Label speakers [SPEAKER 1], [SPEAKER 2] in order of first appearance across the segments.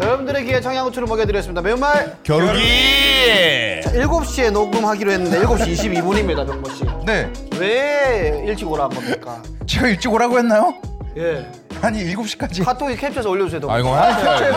[SPEAKER 1] 여러분들의 귀에 청양고추를 먹여드렸습니다. 매운말
[SPEAKER 2] 겨루기
[SPEAKER 1] 7시에 녹음하기로 했는데 7시 22분입니다, 병모 씨.
[SPEAKER 2] 네
[SPEAKER 1] 왜 일찍 오라 한 겁니까?
[SPEAKER 2] 제가 일찍 오라고 했나요?
[SPEAKER 1] 예.
[SPEAKER 2] 아니 7시까지
[SPEAKER 1] 카톡에 캡처해서 올려주세요. 동무.
[SPEAKER 2] 아 이거 하셔야 돼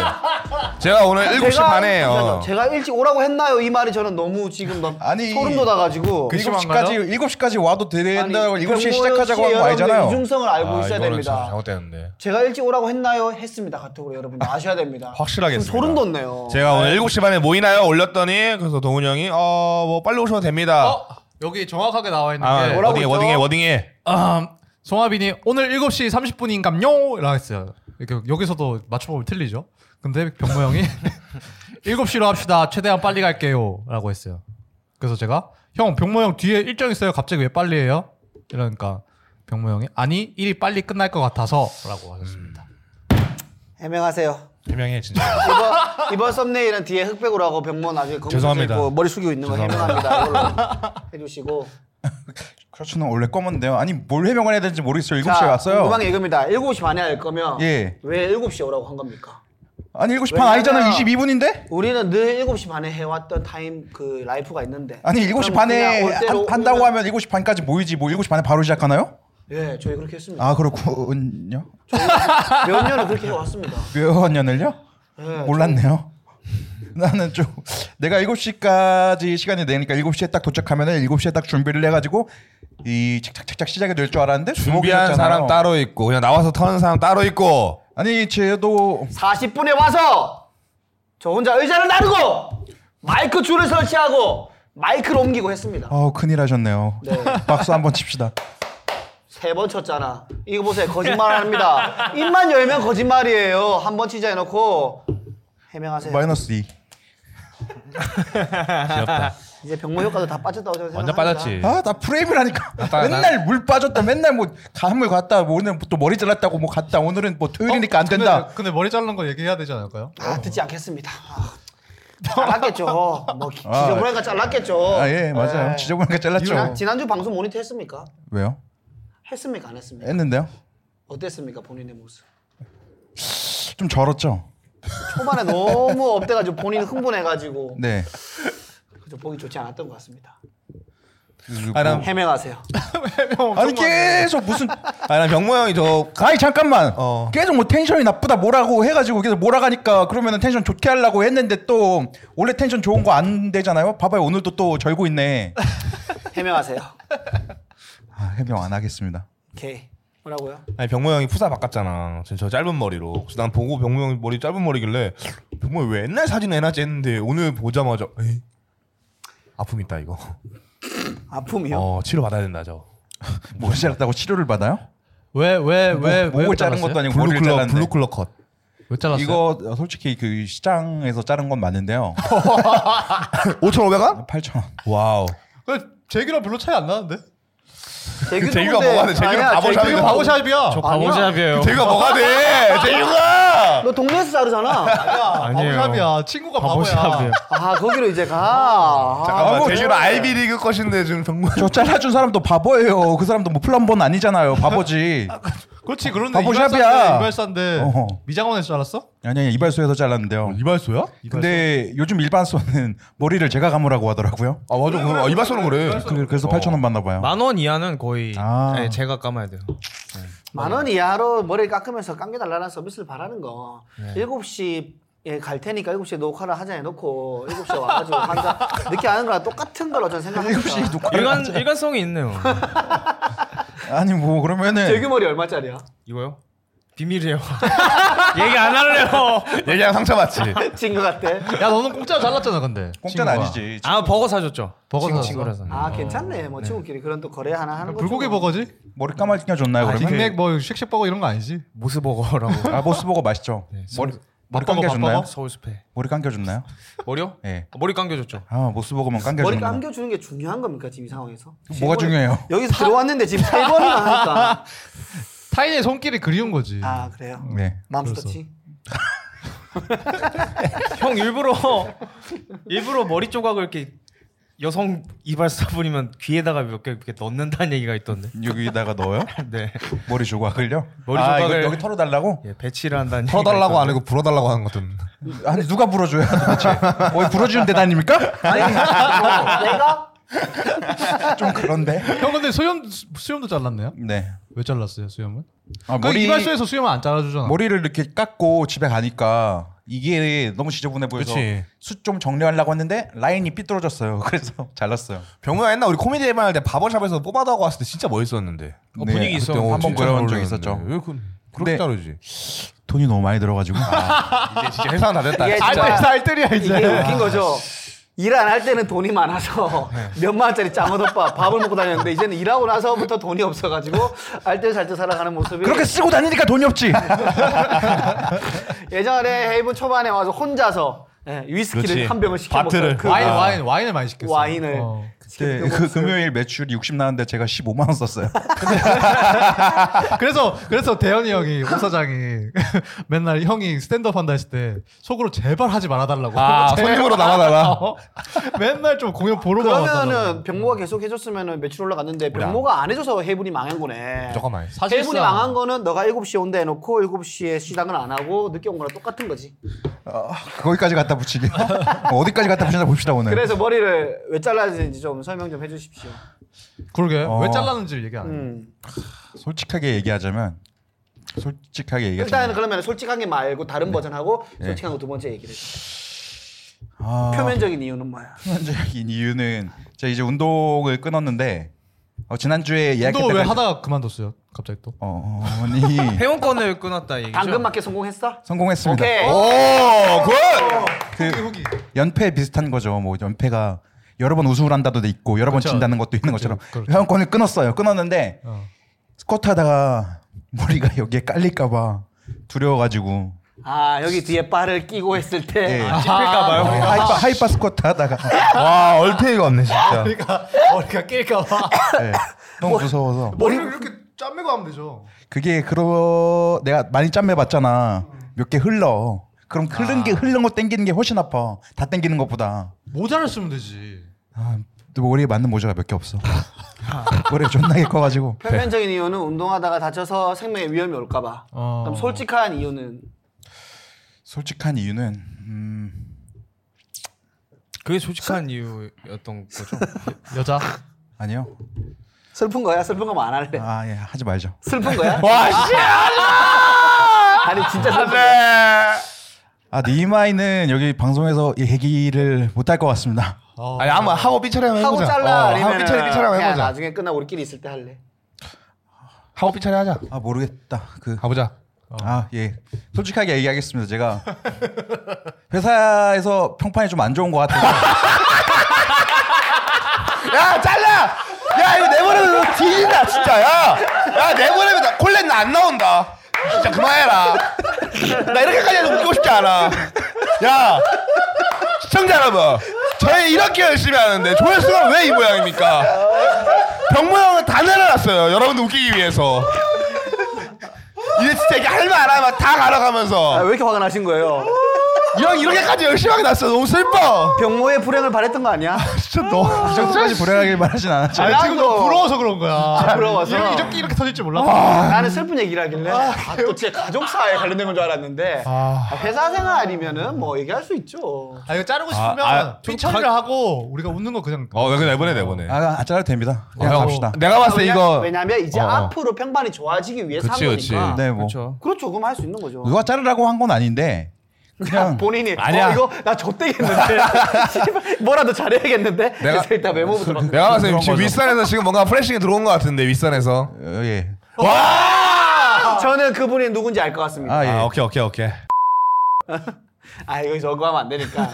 [SPEAKER 2] 제가 오늘 7시
[SPEAKER 1] 제가-
[SPEAKER 2] 반에요
[SPEAKER 1] 제가 일찍 오라고 했나요? 이 말이 저는 너무 지금 막
[SPEAKER 2] 아니,
[SPEAKER 1] 소름 돋아가지고.
[SPEAKER 2] 그 7시까지 7시까지 와도 된다고 7시에
[SPEAKER 1] 병모
[SPEAKER 2] 시작하자고 한
[SPEAKER 1] 씨
[SPEAKER 2] 거 아니잖아요
[SPEAKER 1] 여러분들 이중성을 알고 있어야
[SPEAKER 2] 이거는
[SPEAKER 1] 됩니다.
[SPEAKER 2] 참 잘못됐는데
[SPEAKER 1] 제가 일찍 오라고 했나요? 했습니다. 카톡으로 여러분들 아셔야 됩니다.
[SPEAKER 2] 확실하겠습니다.
[SPEAKER 1] 소름 돋네요.
[SPEAKER 2] 제가 오늘 7시 반에 모이나요 올렸더니 그래서 동훈이 형이 어 뭐 빨리 오셔도 됩니다
[SPEAKER 3] 어, 여기 정확하게 나와 있는
[SPEAKER 2] 아
[SPEAKER 3] 게
[SPEAKER 1] 네, 뭐라고
[SPEAKER 2] 워딩해
[SPEAKER 1] 했죠?
[SPEAKER 2] 워딩해 워딩해
[SPEAKER 3] 아, 송하빈이 오늘 7시 30분인감요 라고 했어요. 이렇게 여기서도 맞춰보면 틀리죠. 근데 병모 형이 7시로 합시다. 최대한 빨리 갈게요. 라고 했어요. 그래서 제가 형 병모 형 뒤에 일정 있어요. 갑자기 왜 빨리 해요? 이러니까 병모 형이 아니 일이 빨리 끝날 것 같아서 라고 하셨습니다.
[SPEAKER 1] 해명하세요.
[SPEAKER 2] 해명해 진짜
[SPEAKER 1] 이번, 이번 썸네일은 뒤에 흑백으로 하고 병모 나중에 검은색
[SPEAKER 2] 죄송합니다.
[SPEAKER 1] 입고 머리 숙이고 있는 거 해명합니다. 이걸로 해주시고.
[SPEAKER 2] 그렇지는 원래 검은데요 아니 뭘 해명을 해야 되는지 모르겠어요 7시에
[SPEAKER 1] 자,
[SPEAKER 2] 왔어요
[SPEAKER 1] 궁금한 게 이겁니다. 7시 반에 할 거면
[SPEAKER 2] 예.
[SPEAKER 1] 왜 7시에 오라고 한 겁니까?
[SPEAKER 2] 아니 7시
[SPEAKER 1] 왜냐면-
[SPEAKER 2] 반 아니잖아요 22분인데?
[SPEAKER 1] 우리는 늘 7시 반에 해왔던 타임 그 라이프가 있는데
[SPEAKER 2] 아니 7시
[SPEAKER 1] 그럼
[SPEAKER 2] 반에
[SPEAKER 1] 그냥 올 때로
[SPEAKER 2] 한, 한다고
[SPEAKER 1] 오면-
[SPEAKER 2] 하면 7시 반까지 모이지 뭐 7시 반에 바로 시작하나요?
[SPEAKER 1] 예 저희 그렇게 했습니다
[SPEAKER 2] 아 그렇군요 아.
[SPEAKER 1] 몇 년을 그렇게 해왔습니다
[SPEAKER 2] 몇 년을요?
[SPEAKER 1] 예,
[SPEAKER 2] 몰랐네요 나는 좀 내가 7시까지 시간이 되니까 7시에 딱 도착하면 7시에 딱 준비를 해가지고 이 착착착착 시작이 될 줄 알았는데
[SPEAKER 4] 준비한
[SPEAKER 2] 주목이셨잖아요.
[SPEAKER 4] 음. 사람 따로 있고 그냥 나와서 터는 사람 따로 있고
[SPEAKER 2] 아니 쟤도
[SPEAKER 1] 40분에 와서 저 혼자 의자를 나르고 마이크 줄을 설치하고 마이크를 옮기고 했습니다.
[SPEAKER 2] 어 큰일 하셨네요
[SPEAKER 1] 네.
[SPEAKER 2] 박수 한번 칩시다
[SPEAKER 1] 세 번 쳤잖아. 이거 보세요. 거짓말 합니다. 입만 열면 거짓말이에요. 한 번 치자 해놓고 해명하세요.
[SPEAKER 2] 마이너스 2
[SPEAKER 4] 귀엽다
[SPEAKER 1] 이제 병모 효과도 다 빠졌다고 저는
[SPEAKER 4] 완전
[SPEAKER 1] 생각합니다.
[SPEAKER 4] 빠졌지
[SPEAKER 2] 아 나 프레임을 하니까
[SPEAKER 4] 예. 나-
[SPEAKER 2] 맨날 물 빠졌다 맨날 뭐 간물 갔다 뭐 오늘 또 머리 잘랐다고 뭐 갔다 오늘은 뭐
[SPEAKER 4] 그러니까
[SPEAKER 2] 토요일이니까 안 된다
[SPEAKER 3] 근데, 근데 머리 자르는 거 얘기해야 되지 않을까요?
[SPEAKER 1] 아 듣지 않겠습니다. 아, 잘랐겠죠. 뭐 기- 지저분하니까 잘랐겠죠.
[SPEAKER 2] 아 예 맞아요
[SPEAKER 1] 예.
[SPEAKER 2] 지저분하게
[SPEAKER 1] 지난,
[SPEAKER 2] 잘랐죠
[SPEAKER 1] 지난주 방송 모니터 했습니까?
[SPEAKER 2] 왜요
[SPEAKER 1] 했습니까? 안 했습니까?
[SPEAKER 2] 했는데요
[SPEAKER 1] 어땠습니까? 본인의 모습.
[SPEAKER 2] 좀 절었죠
[SPEAKER 1] 초반에 너무 업돼가지고 본인 흥분해가지고
[SPEAKER 2] 네
[SPEAKER 1] 좀 보기 좋지 않았던 것 같습니다.
[SPEAKER 4] 아, 난,
[SPEAKER 1] 해명하세요.
[SPEAKER 2] 아니 계속 무슨
[SPEAKER 4] 아, 난 병모 형이 저
[SPEAKER 2] 아니 잠깐만
[SPEAKER 4] 어.
[SPEAKER 2] 계속 뭐 텐션이 나쁘다 뭐라고 해가지고 계속 몰아가니까 그러면은 텐션 좋게 하려고 했는데 또 원래 텐션 좋은 거 안 되잖아요 봐봐요 오늘도 또 절고 있네
[SPEAKER 1] 해명하세요.
[SPEAKER 2] 아, 해명 안 하겠습니다
[SPEAKER 1] 오케이. 뭐라고요?
[SPEAKER 4] 아니 병모 형이 푸사 바꿨잖아. 저, 저 짧은 머리로. 그래서 난 보고 병모 형이 머리 짧은 머리길래 병모 형왜 옛날 사진 해놨지 했는데 오늘 보자마자 에이 아픔 있다 이거.
[SPEAKER 1] 아픔이요?
[SPEAKER 4] 어 치료 받아야 된다 저.
[SPEAKER 2] 뭐 잘랐다고 치료를 받아요
[SPEAKER 3] 왜 왜 왜왜
[SPEAKER 2] 뭐, 목을 자른 것도 아니고 머리를
[SPEAKER 4] 블루클럽
[SPEAKER 2] 잘랐는데
[SPEAKER 4] 블루클럽 컷.
[SPEAKER 3] 왜 잘랐어요?
[SPEAKER 2] 이거 솔직히 그 시장에서 자른 건 맞는데요
[SPEAKER 4] 5,500원?
[SPEAKER 2] 8천 원
[SPEAKER 4] 와우.
[SPEAKER 3] 그 제기랑 별로 차이 안 나는데?
[SPEAKER 1] 제규도
[SPEAKER 4] 제규가
[SPEAKER 1] 근데-
[SPEAKER 4] 뭐가 돼? 제규는
[SPEAKER 1] 아니야,
[SPEAKER 4] 바보샵이야.
[SPEAKER 1] 제규
[SPEAKER 3] 이거
[SPEAKER 1] 바보샵.
[SPEAKER 3] 바보샵이야.
[SPEAKER 5] 저 바보샵이에요.
[SPEAKER 4] 제가 뭐가 돼? 제이가.
[SPEAKER 1] 너 동네에서 자르잖아.
[SPEAKER 5] 아니에요.
[SPEAKER 3] 바보샵이야. 친구가 바보야.
[SPEAKER 5] 바보샵이에요.
[SPEAKER 1] 아 거기로 이제 가. 아,
[SPEAKER 2] 아, 뭐
[SPEAKER 4] 잠깐만 제이는
[SPEAKER 2] 저-
[SPEAKER 4] 아이비리그 컷인데 지금 병모 형.
[SPEAKER 2] 저 잘라준 사람도 바보예요 그 사람도 뭐 플럼본 아니잖아요 바보지
[SPEAKER 3] 그렇지 그런데
[SPEAKER 2] 바보샵이야.
[SPEAKER 3] 이발사인데, 이발사인데
[SPEAKER 2] 어허.
[SPEAKER 3] 미장원에서 잘랐어?
[SPEAKER 2] 아니 아니 이발소에서 잘랐는데요
[SPEAKER 4] 어, 이발소야?
[SPEAKER 2] 근데 요즘 일반소는 머리를 제가 감으라고 하더라고요
[SPEAKER 4] 아 맞아. 그럼 아, 이발소는 그래.
[SPEAKER 2] 그- 그래서 8천 원 받나 봐요
[SPEAKER 5] 만 원 이하는 거의
[SPEAKER 2] 아.
[SPEAKER 5] 네, 제가 감아야 돼요.
[SPEAKER 1] 만원 이하로 머리 깎으면서 깎여달라는 서비스를 바라는 거. 일곱 시에갈 테니까 7시에 녹화를 하자 해놓고 7시에 와가지고 항상 늦게 하는 거랑 똑같은 걸로 저는 생각합니다.
[SPEAKER 4] 아,
[SPEAKER 2] 7시 녹화를
[SPEAKER 5] 일관
[SPEAKER 2] 하자.
[SPEAKER 5] 일관성이 있네요.
[SPEAKER 2] 아니 뭐
[SPEAKER 1] 제규
[SPEAKER 2] 그러면은
[SPEAKER 1] 머리 얼마짜리야?
[SPEAKER 5] 이거요? 비밀이에요. 얘기 안 할래요.
[SPEAKER 4] 얘기랑 상처받지.
[SPEAKER 2] 네,
[SPEAKER 1] 찐 것 같대.
[SPEAKER 3] 야 너는 공짜로 잘랐잖아 근데
[SPEAKER 2] 공짜는
[SPEAKER 3] 친구가.
[SPEAKER 2] 아니지
[SPEAKER 5] 아 버거 사줬죠.
[SPEAKER 3] 버거 사줬어?
[SPEAKER 5] 친구라서.
[SPEAKER 1] 아 괜찮네. 뭐 친구끼리 그런 또 거래 하나 하는 거.
[SPEAKER 3] 불고기 버거지?
[SPEAKER 2] 머리 감아주냐 좋나요
[SPEAKER 3] 아,
[SPEAKER 2] 그러면?
[SPEAKER 3] 빅맥 뭐 쉑쉑버거 이런 거 아니지?
[SPEAKER 5] 모스 버거라고.
[SPEAKER 2] 아 보스 보고 맛있죠 머리 머리
[SPEAKER 3] 맛버거,
[SPEAKER 2] 감겨줬나요?
[SPEAKER 3] 맛버거?
[SPEAKER 5] 서울 숲에.
[SPEAKER 2] 머리 감겨줬나요?
[SPEAKER 5] 머리요?
[SPEAKER 2] 예.
[SPEAKER 5] 아, 머리 감겨줬죠.
[SPEAKER 2] 아 보스 보고만
[SPEAKER 1] 머리
[SPEAKER 2] 감겨주는 거
[SPEAKER 1] 감겨주는 게 중요한 겁니까 지금 이 상황에서?
[SPEAKER 2] 뭐가 중요해요?
[SPEAKER 1] 여기서 들어왔는데 지금 세 번이나 하니까.
[SPEAKER 3] 타인의 손길이 그리운 거지.
[SPEAKER 1] 아 그래요.
[SPEAKER 2] 네
[SPEAKER 1] 맘스터치.
[SPEAKER 5] 형 일부러 일부러 머리 조각을 이렇게 여성 이발사분이면 귀에다가 몇 개 이렇게 넣는다는 얘기가 있던데.
[SPEAKER 2] 여기다가 넣어요?
[SPEAKER 5] 네.
[SPEAKER 2] 머리 조각을요?
[SPEAKER 5] 머리
[SPEAKER 2] 아, 이거
[SPEAKER 5] 조각을-
[SPEAKER 2] 여기 털어달라고?
[SPEAKER 5] 예, 배치를 한다는. 얘기가
[SPEAKER 2] 그러니까 그
[SPEAKER 4] 풀어달라고
[SPEAKER 5] 있던데.
[SPEAKER 4] 안 하고 불어달라고 하는 거든.
[SPEAKER 2] 아니 누가 불어줘요 도대체? 거의 불어주는 대단입니까?
[SPEAKER 1] 아, 내가
[SPEAKER 2] 좀 그런데.
[SPEAKER 3] 형 근데 수염 수염도 잘랐네요.
[SPEAKER 2] 네.
[SPEAKER 3] 왜 잘랐어요 수염은?
[SPEAKER 2] 아,
[SPEAKER 3] 그 이발소에서 수염은 안 잘라주잖아.
[SPEAKER 2] 머리를 이렇게 깎고 집에 가니까 이게 너무 지저분해 보여서
[SPEAKER 4] 그치.
[SPEAKER 2] 숱 좀 정리하려고 했는데 라인이 삐뚤어졌어요. 그래서 잘랐어요.
[SPEAKER 4] 병우야 옛날 우리 코미디 해방할 때 바버샵에서 뽑아다고 왔을 때 진짜 멋있었는데.
[SPEAKER 2] 어, 분위기 있어.
[SPEAKER 4] 그때, 어,
[SPEAKER 2] 한번
[SPEAKER 4] 진짜
[SPEAKER 2] 그런
[SPEAKER 4] 잘
[SPEAKER 2] 적이
[SPEAKER 4] 어울렸는데.
[SPEAKER 2] 있었죠.
[SPEAKER 4] 왜 그,
[SPEAKER 2] 근데-
[SPEAKER 4] 그렇게 자르지?
[SPEAKER 2] 돈이 너무 많이 들어가지고.
[SPEAKER 4] 이제 진짜 회사는 다 됐다.
[SPEAKER 1] 이게
[SPEAKER 4] 진짜.
[SPEAKER 1] 진짜-
[SPEAKER 3] 알뜰이야
[SPEAKER 1] 이게 웃긴 거죠. 일 안 할 때는 돈이 많아서 몇만 원짜리 장어덮밥 밥을 먹고 다녔는데 이제는 일하고 나서부터 돈이 없어가지고 알뜰살뜰 살아가는 모습이
[SPEAKER 2] 그렇게 쓰고 다니니까 돈이 없지.
[SPEAKER 1] 예전에 헤이븐 초반에 와서 혼자서 예,
[SPEAKER 4] 그렇지.
[SPEAKER 1] 위스키를 한 병을 시켜
[SPEAKER 4] 바트를.
[SPEAKER 1] 먹던 그
[SPEAKER 3] 와인
[SPEAKER 4] 아.
[SPEAKER 3] 와인 와인을 많이 시켰어.
[SPEAKER 1] 와인을
[SPEAKER 3] 어.
[SPEAKER 2] 네,
[SPEAKER 1] 시켰던
[SPEAKER 2] 그
[SPEAKER 1] 모습.
[SPEAKER 2] 금요일 매출이 60 나왔는데 제가 15만 원 썼어요.
[SPEAKER 3] 그래서 그래서 대현이 형이 오 사장이 맨날 형이 스탠드업 한다 했을 때 속으로 제발 하지 말아달라고.
[SPEAKER 4] 아, 손님으로 남아달라.
[SPEAKER 3] 어? 맨날 좀 공연 보러만 왔다고.
[SPEAKER 1] 그러면은 병모가 계속 해줬으면 매출 올라갔는데 병모가 안 해줘서 헤이븐이 망한 거네.
[SPEAKER 4] 잠깐만.
[SPEAKER 1] 헤이븐이 망한 거는 너가 7시에 온다 해놓고 7시에 시작은 안 하고 늦게 온 거랑 똑같은 거지.
[SPEAKER 2] 어, 거기까지 갖다 붙이게. 뭐 어디까지 갖다 붙이나 봅시다 오늘.
[SPEAKER 1] 그래서 머리를 왜 잘라야 되는지 좀 설명 좀 해주십시오.
[SPEAKER 3] 그러게
[SPEAKER 2] 어.
[SPEAKER 3] 왜 잘랐는지 얘기 안 해.
[SPEAKER 1] 음.
[SPEAKER 2] 솔직하게 얘기하자면 솔직하게 얘기하자면
[SPEAKER 1] 일단은 그러면 솔직한 게 말고 다른 버전하고 솔직한 거 두 번째 얘기를 해주세요.
[SPEAKER 2] 아,
[SPEAKER 1] 표면적인 이유는 뭐야?
[SPEAKER 2] 표면적인 이유는 제가 이제 운동을 끊었는데 어, 지난주에 예약했던
[SPEAKER 3] 또 왜 하다가 그만뒀어요? 갑자기 또.
[SPEAKER 2] 어, 어머니
[SPEAKER 5] 회원권을 끊었다 얘기죠.
[SPEAKER 1] 당근마켓 성공했어?
[SPEAKER 2] 성공했습니다.
[SPEAKER 1] 오케이. 어.
[SPEAKER 4] 오, 굿!
[SPEAKER 2] 그 연패 비슷한 거죠. 뭐 연패가 여러 번 우승을 한다도 돼 있고 여러 번
[SPEAKER 3] 그렇죠.
[SPEAKER 2] 진다는 것도 있는 것처럼
[SPEAKER 3] 그렇죠.
[SPEAKER 2] 회원권을 끊었어요. 끊었는데
[SPEAKER 3] 어.
[SPEAKER 2] 스쿼트 하다가 머리가 여기에 깔릴까봐 두려워가지고
[SPEAKER 1] 아 여기 뒤에 바를 끼고 했을 때.
[SPEAKER 2] 예.
[SPEAKER 1] 아,
[SPEAKER 2] 어,
[SPEAKER 5] 찝힐까봐요.
[SPEAKER 2] 하이파, 하이파 스쿼트 하다가
[SPEAKER 4] 와, 얼탱이가 없네, 진짜.
[SPEAKER 3] 그러니까 머리가 낄까 봐.
[SPEAKER 2] 예, 너무
[SPEAKER 1] 뭐.
[SPEAKER 2] 무서워서
[SPEAKER 3] 머리를 이렇게 짬매고 하면 되죠.
[SPEAKER 2] 그게 그러 내가 많이 짬매봤잖아. 몇 개 흘러. 그럼
[SPEAKER 1] 아.
[SPEAKER 2] 흐른 게 흘른 거 땡기는 게 훨씬 아파. 다 땡기는 것보다.
[SPEAKER 3] 모자를 쓰면 되지.
[SPEAKER 2] 아, 또 머리에 맞는 모자가 몇 개 없어. 머리가 존나게 커가지고.
[SPEAKER 4] 네.
[SPEAKER 1] 표면적인 이유는 운동하다가 다쳐서 생명에 위험이 올까봐.
[SPEAKER 3] 어.
[SPEAKER 1] 그럼 솔직한 이유는
[SPEAKER 2] 솔직한 이유는 음,
[SPEAKER 5] 그게 솔직한 이유였던 거죠.
[SPEAKER 3] 여자.
[SPEAKER 2] 아니요.
[SPEAKER 1] 슬픈 거야? 슬픈 거면 안 할래.
[SPEAKER 2] 아 예 하지 말죠.
[SPEAKER 1] 슬픈 거야? 와 씨. 아니 진짜 슬픈 거야.
[SPEAKER 2] 아 니마이는 여기 방송에서 이 얘기를 못 할 것 같습니다.
[SPEAKER 3] 어.
[SPEAKER 4] 아니, 한번 하고 삐처리하면 해보자.
[SPEAKER 1] 하고 잘라
[SPEAKER 4] 어, 하고
[SPEAKER 1] 아니면
[SPEAKER 4] 삐처리 삐처리하면
[SPEAKER 1] 그냥
[SPEAKER 4] 해보자.
[SPEAKER 1] 나중에 끝나 우리끼리 있을 때 할래.
[SPEAKER 4] 하고 삐처리 하자.
[SPEAKER 2] 아 모르겠다. 그
[SPEAKER 4] 가보자.
[SPEAKER 2] 아, 예. 솔직하게 얘기하겠습니다. 제가 회사에서 평판이 좀 안 좋은 것 같아요.
[SPEAKER 4] 야, 잘라! 야, 이거 내보내면 너 뒤진다, 진짜, 야! 야, 내보내면 나 콜렛 나안 나온다. 진짜 그만해라. 나 이렇게까지 해서 웃기고 싶지 않아. 야! 시청자 여러분! 저희 이렇게 열심히 하는데 조회수가 왜 이 모양입니까? 병모 형은 다 내려놨어요. 여러분들 웃기기 위해서. 이제 진짜 이게 할말 안 하면 다
[SPEAKER 1] 아,
[SPEAKER 4] 갈아가면서.
[SPEAKER 1] 왜 이렇게 화가 나신 거예요?
[SPEAKER 4] 이 형 이렇게까지 열심히 하게 났어. 너무 슬퍼.
[SPEAKER 1] 병모의 불행을 바랬던 거 아니야?
[SPEAKER 2] 진짜 너무 이 정도까지 불행하게 말하진 않았죠.
[SPEAKER 3] 아니, 지금
[SPEAKER 1] 나도-
[SPEAKER 3] 너무 부러워서 그런 거야.
[SPEAKER 1] 부러워서.
[SPEAKER 3] 이렇게 이렇게, 이렇게 터질 줄 몰랐어.
[SPEAKER 1] 나는 슬픈 얘기를 하길래 아, 또 제 가족사에 관련된 건 줄 알았는데 아, 회사 생활이면은 뭐 얘기할 수 있죠.
[SPEAKER 3] 아 이거 자르고 싶으면
[SPEAKER 4] 아, 아,
[SPEAKER 3] 피처리를 하고 우리가 웃는 거 그냥
[SPEAKER 4] 어, 그 내보내, 내보내.
[SPEAKER 2] 아, 안 잘라도 됩니다. 그냥
[SPEAKER 4] 어,
[SPEAKER 2] 갑시다.
[SPEAKER 4] 내가 봤을 때
[SPEAKER 1] 아, 왜냐-
[SPEAKER 4] 이거
[SPEAKER 1] 왜냐면 이제
[SPEAKER 4] 어, 어.
[SPEAKER 1] 앞으로 평판이 좋아지기 위해서
[SPEAKER 4] 그치,
[SPEAKER 1] 한
[SPEAKER 4] 그치.
[SPEAKER 1] 거니까.
[SPEAKER 2] 네, 뭐.
[SPEAKER 5] 그렇죠.
[SPEAKER 1] 그렇죠. 그럼 할 수 있는 거죠.
[SPEAKER 2] 누가 자르라고 한 건 아닌데 그냥
[SPEAKER 1] 본인이
[SPEAKER 4] 아니야.
[SPEAKER 1] 어, 이거 나 좆대겠는데 씨발, 뭐라도 잘해야겠는데 그래서 일단 메모부터 막-
[SPEAKER 4] 내가 봤을 때
[SPEAKER 2] 그런
[SPEAKER 4] 지금
[SPEAKER 2] 거죠.
[SPEAKER 4] 윗선에서 지금 뭔가 프레싱이 들어온 것 같은데 윗선에서
[SPEAKER 2] 어, 예.
[SPEAKER 1] 아, 저는 그분이 누군지 알 것 같습니다 아,
[SPEAKER 2] 아, 예.
[SPEAKER 4] 오케이 오케이 오케이
[SPEAKER 1] 이거 저거 하면 안 되니까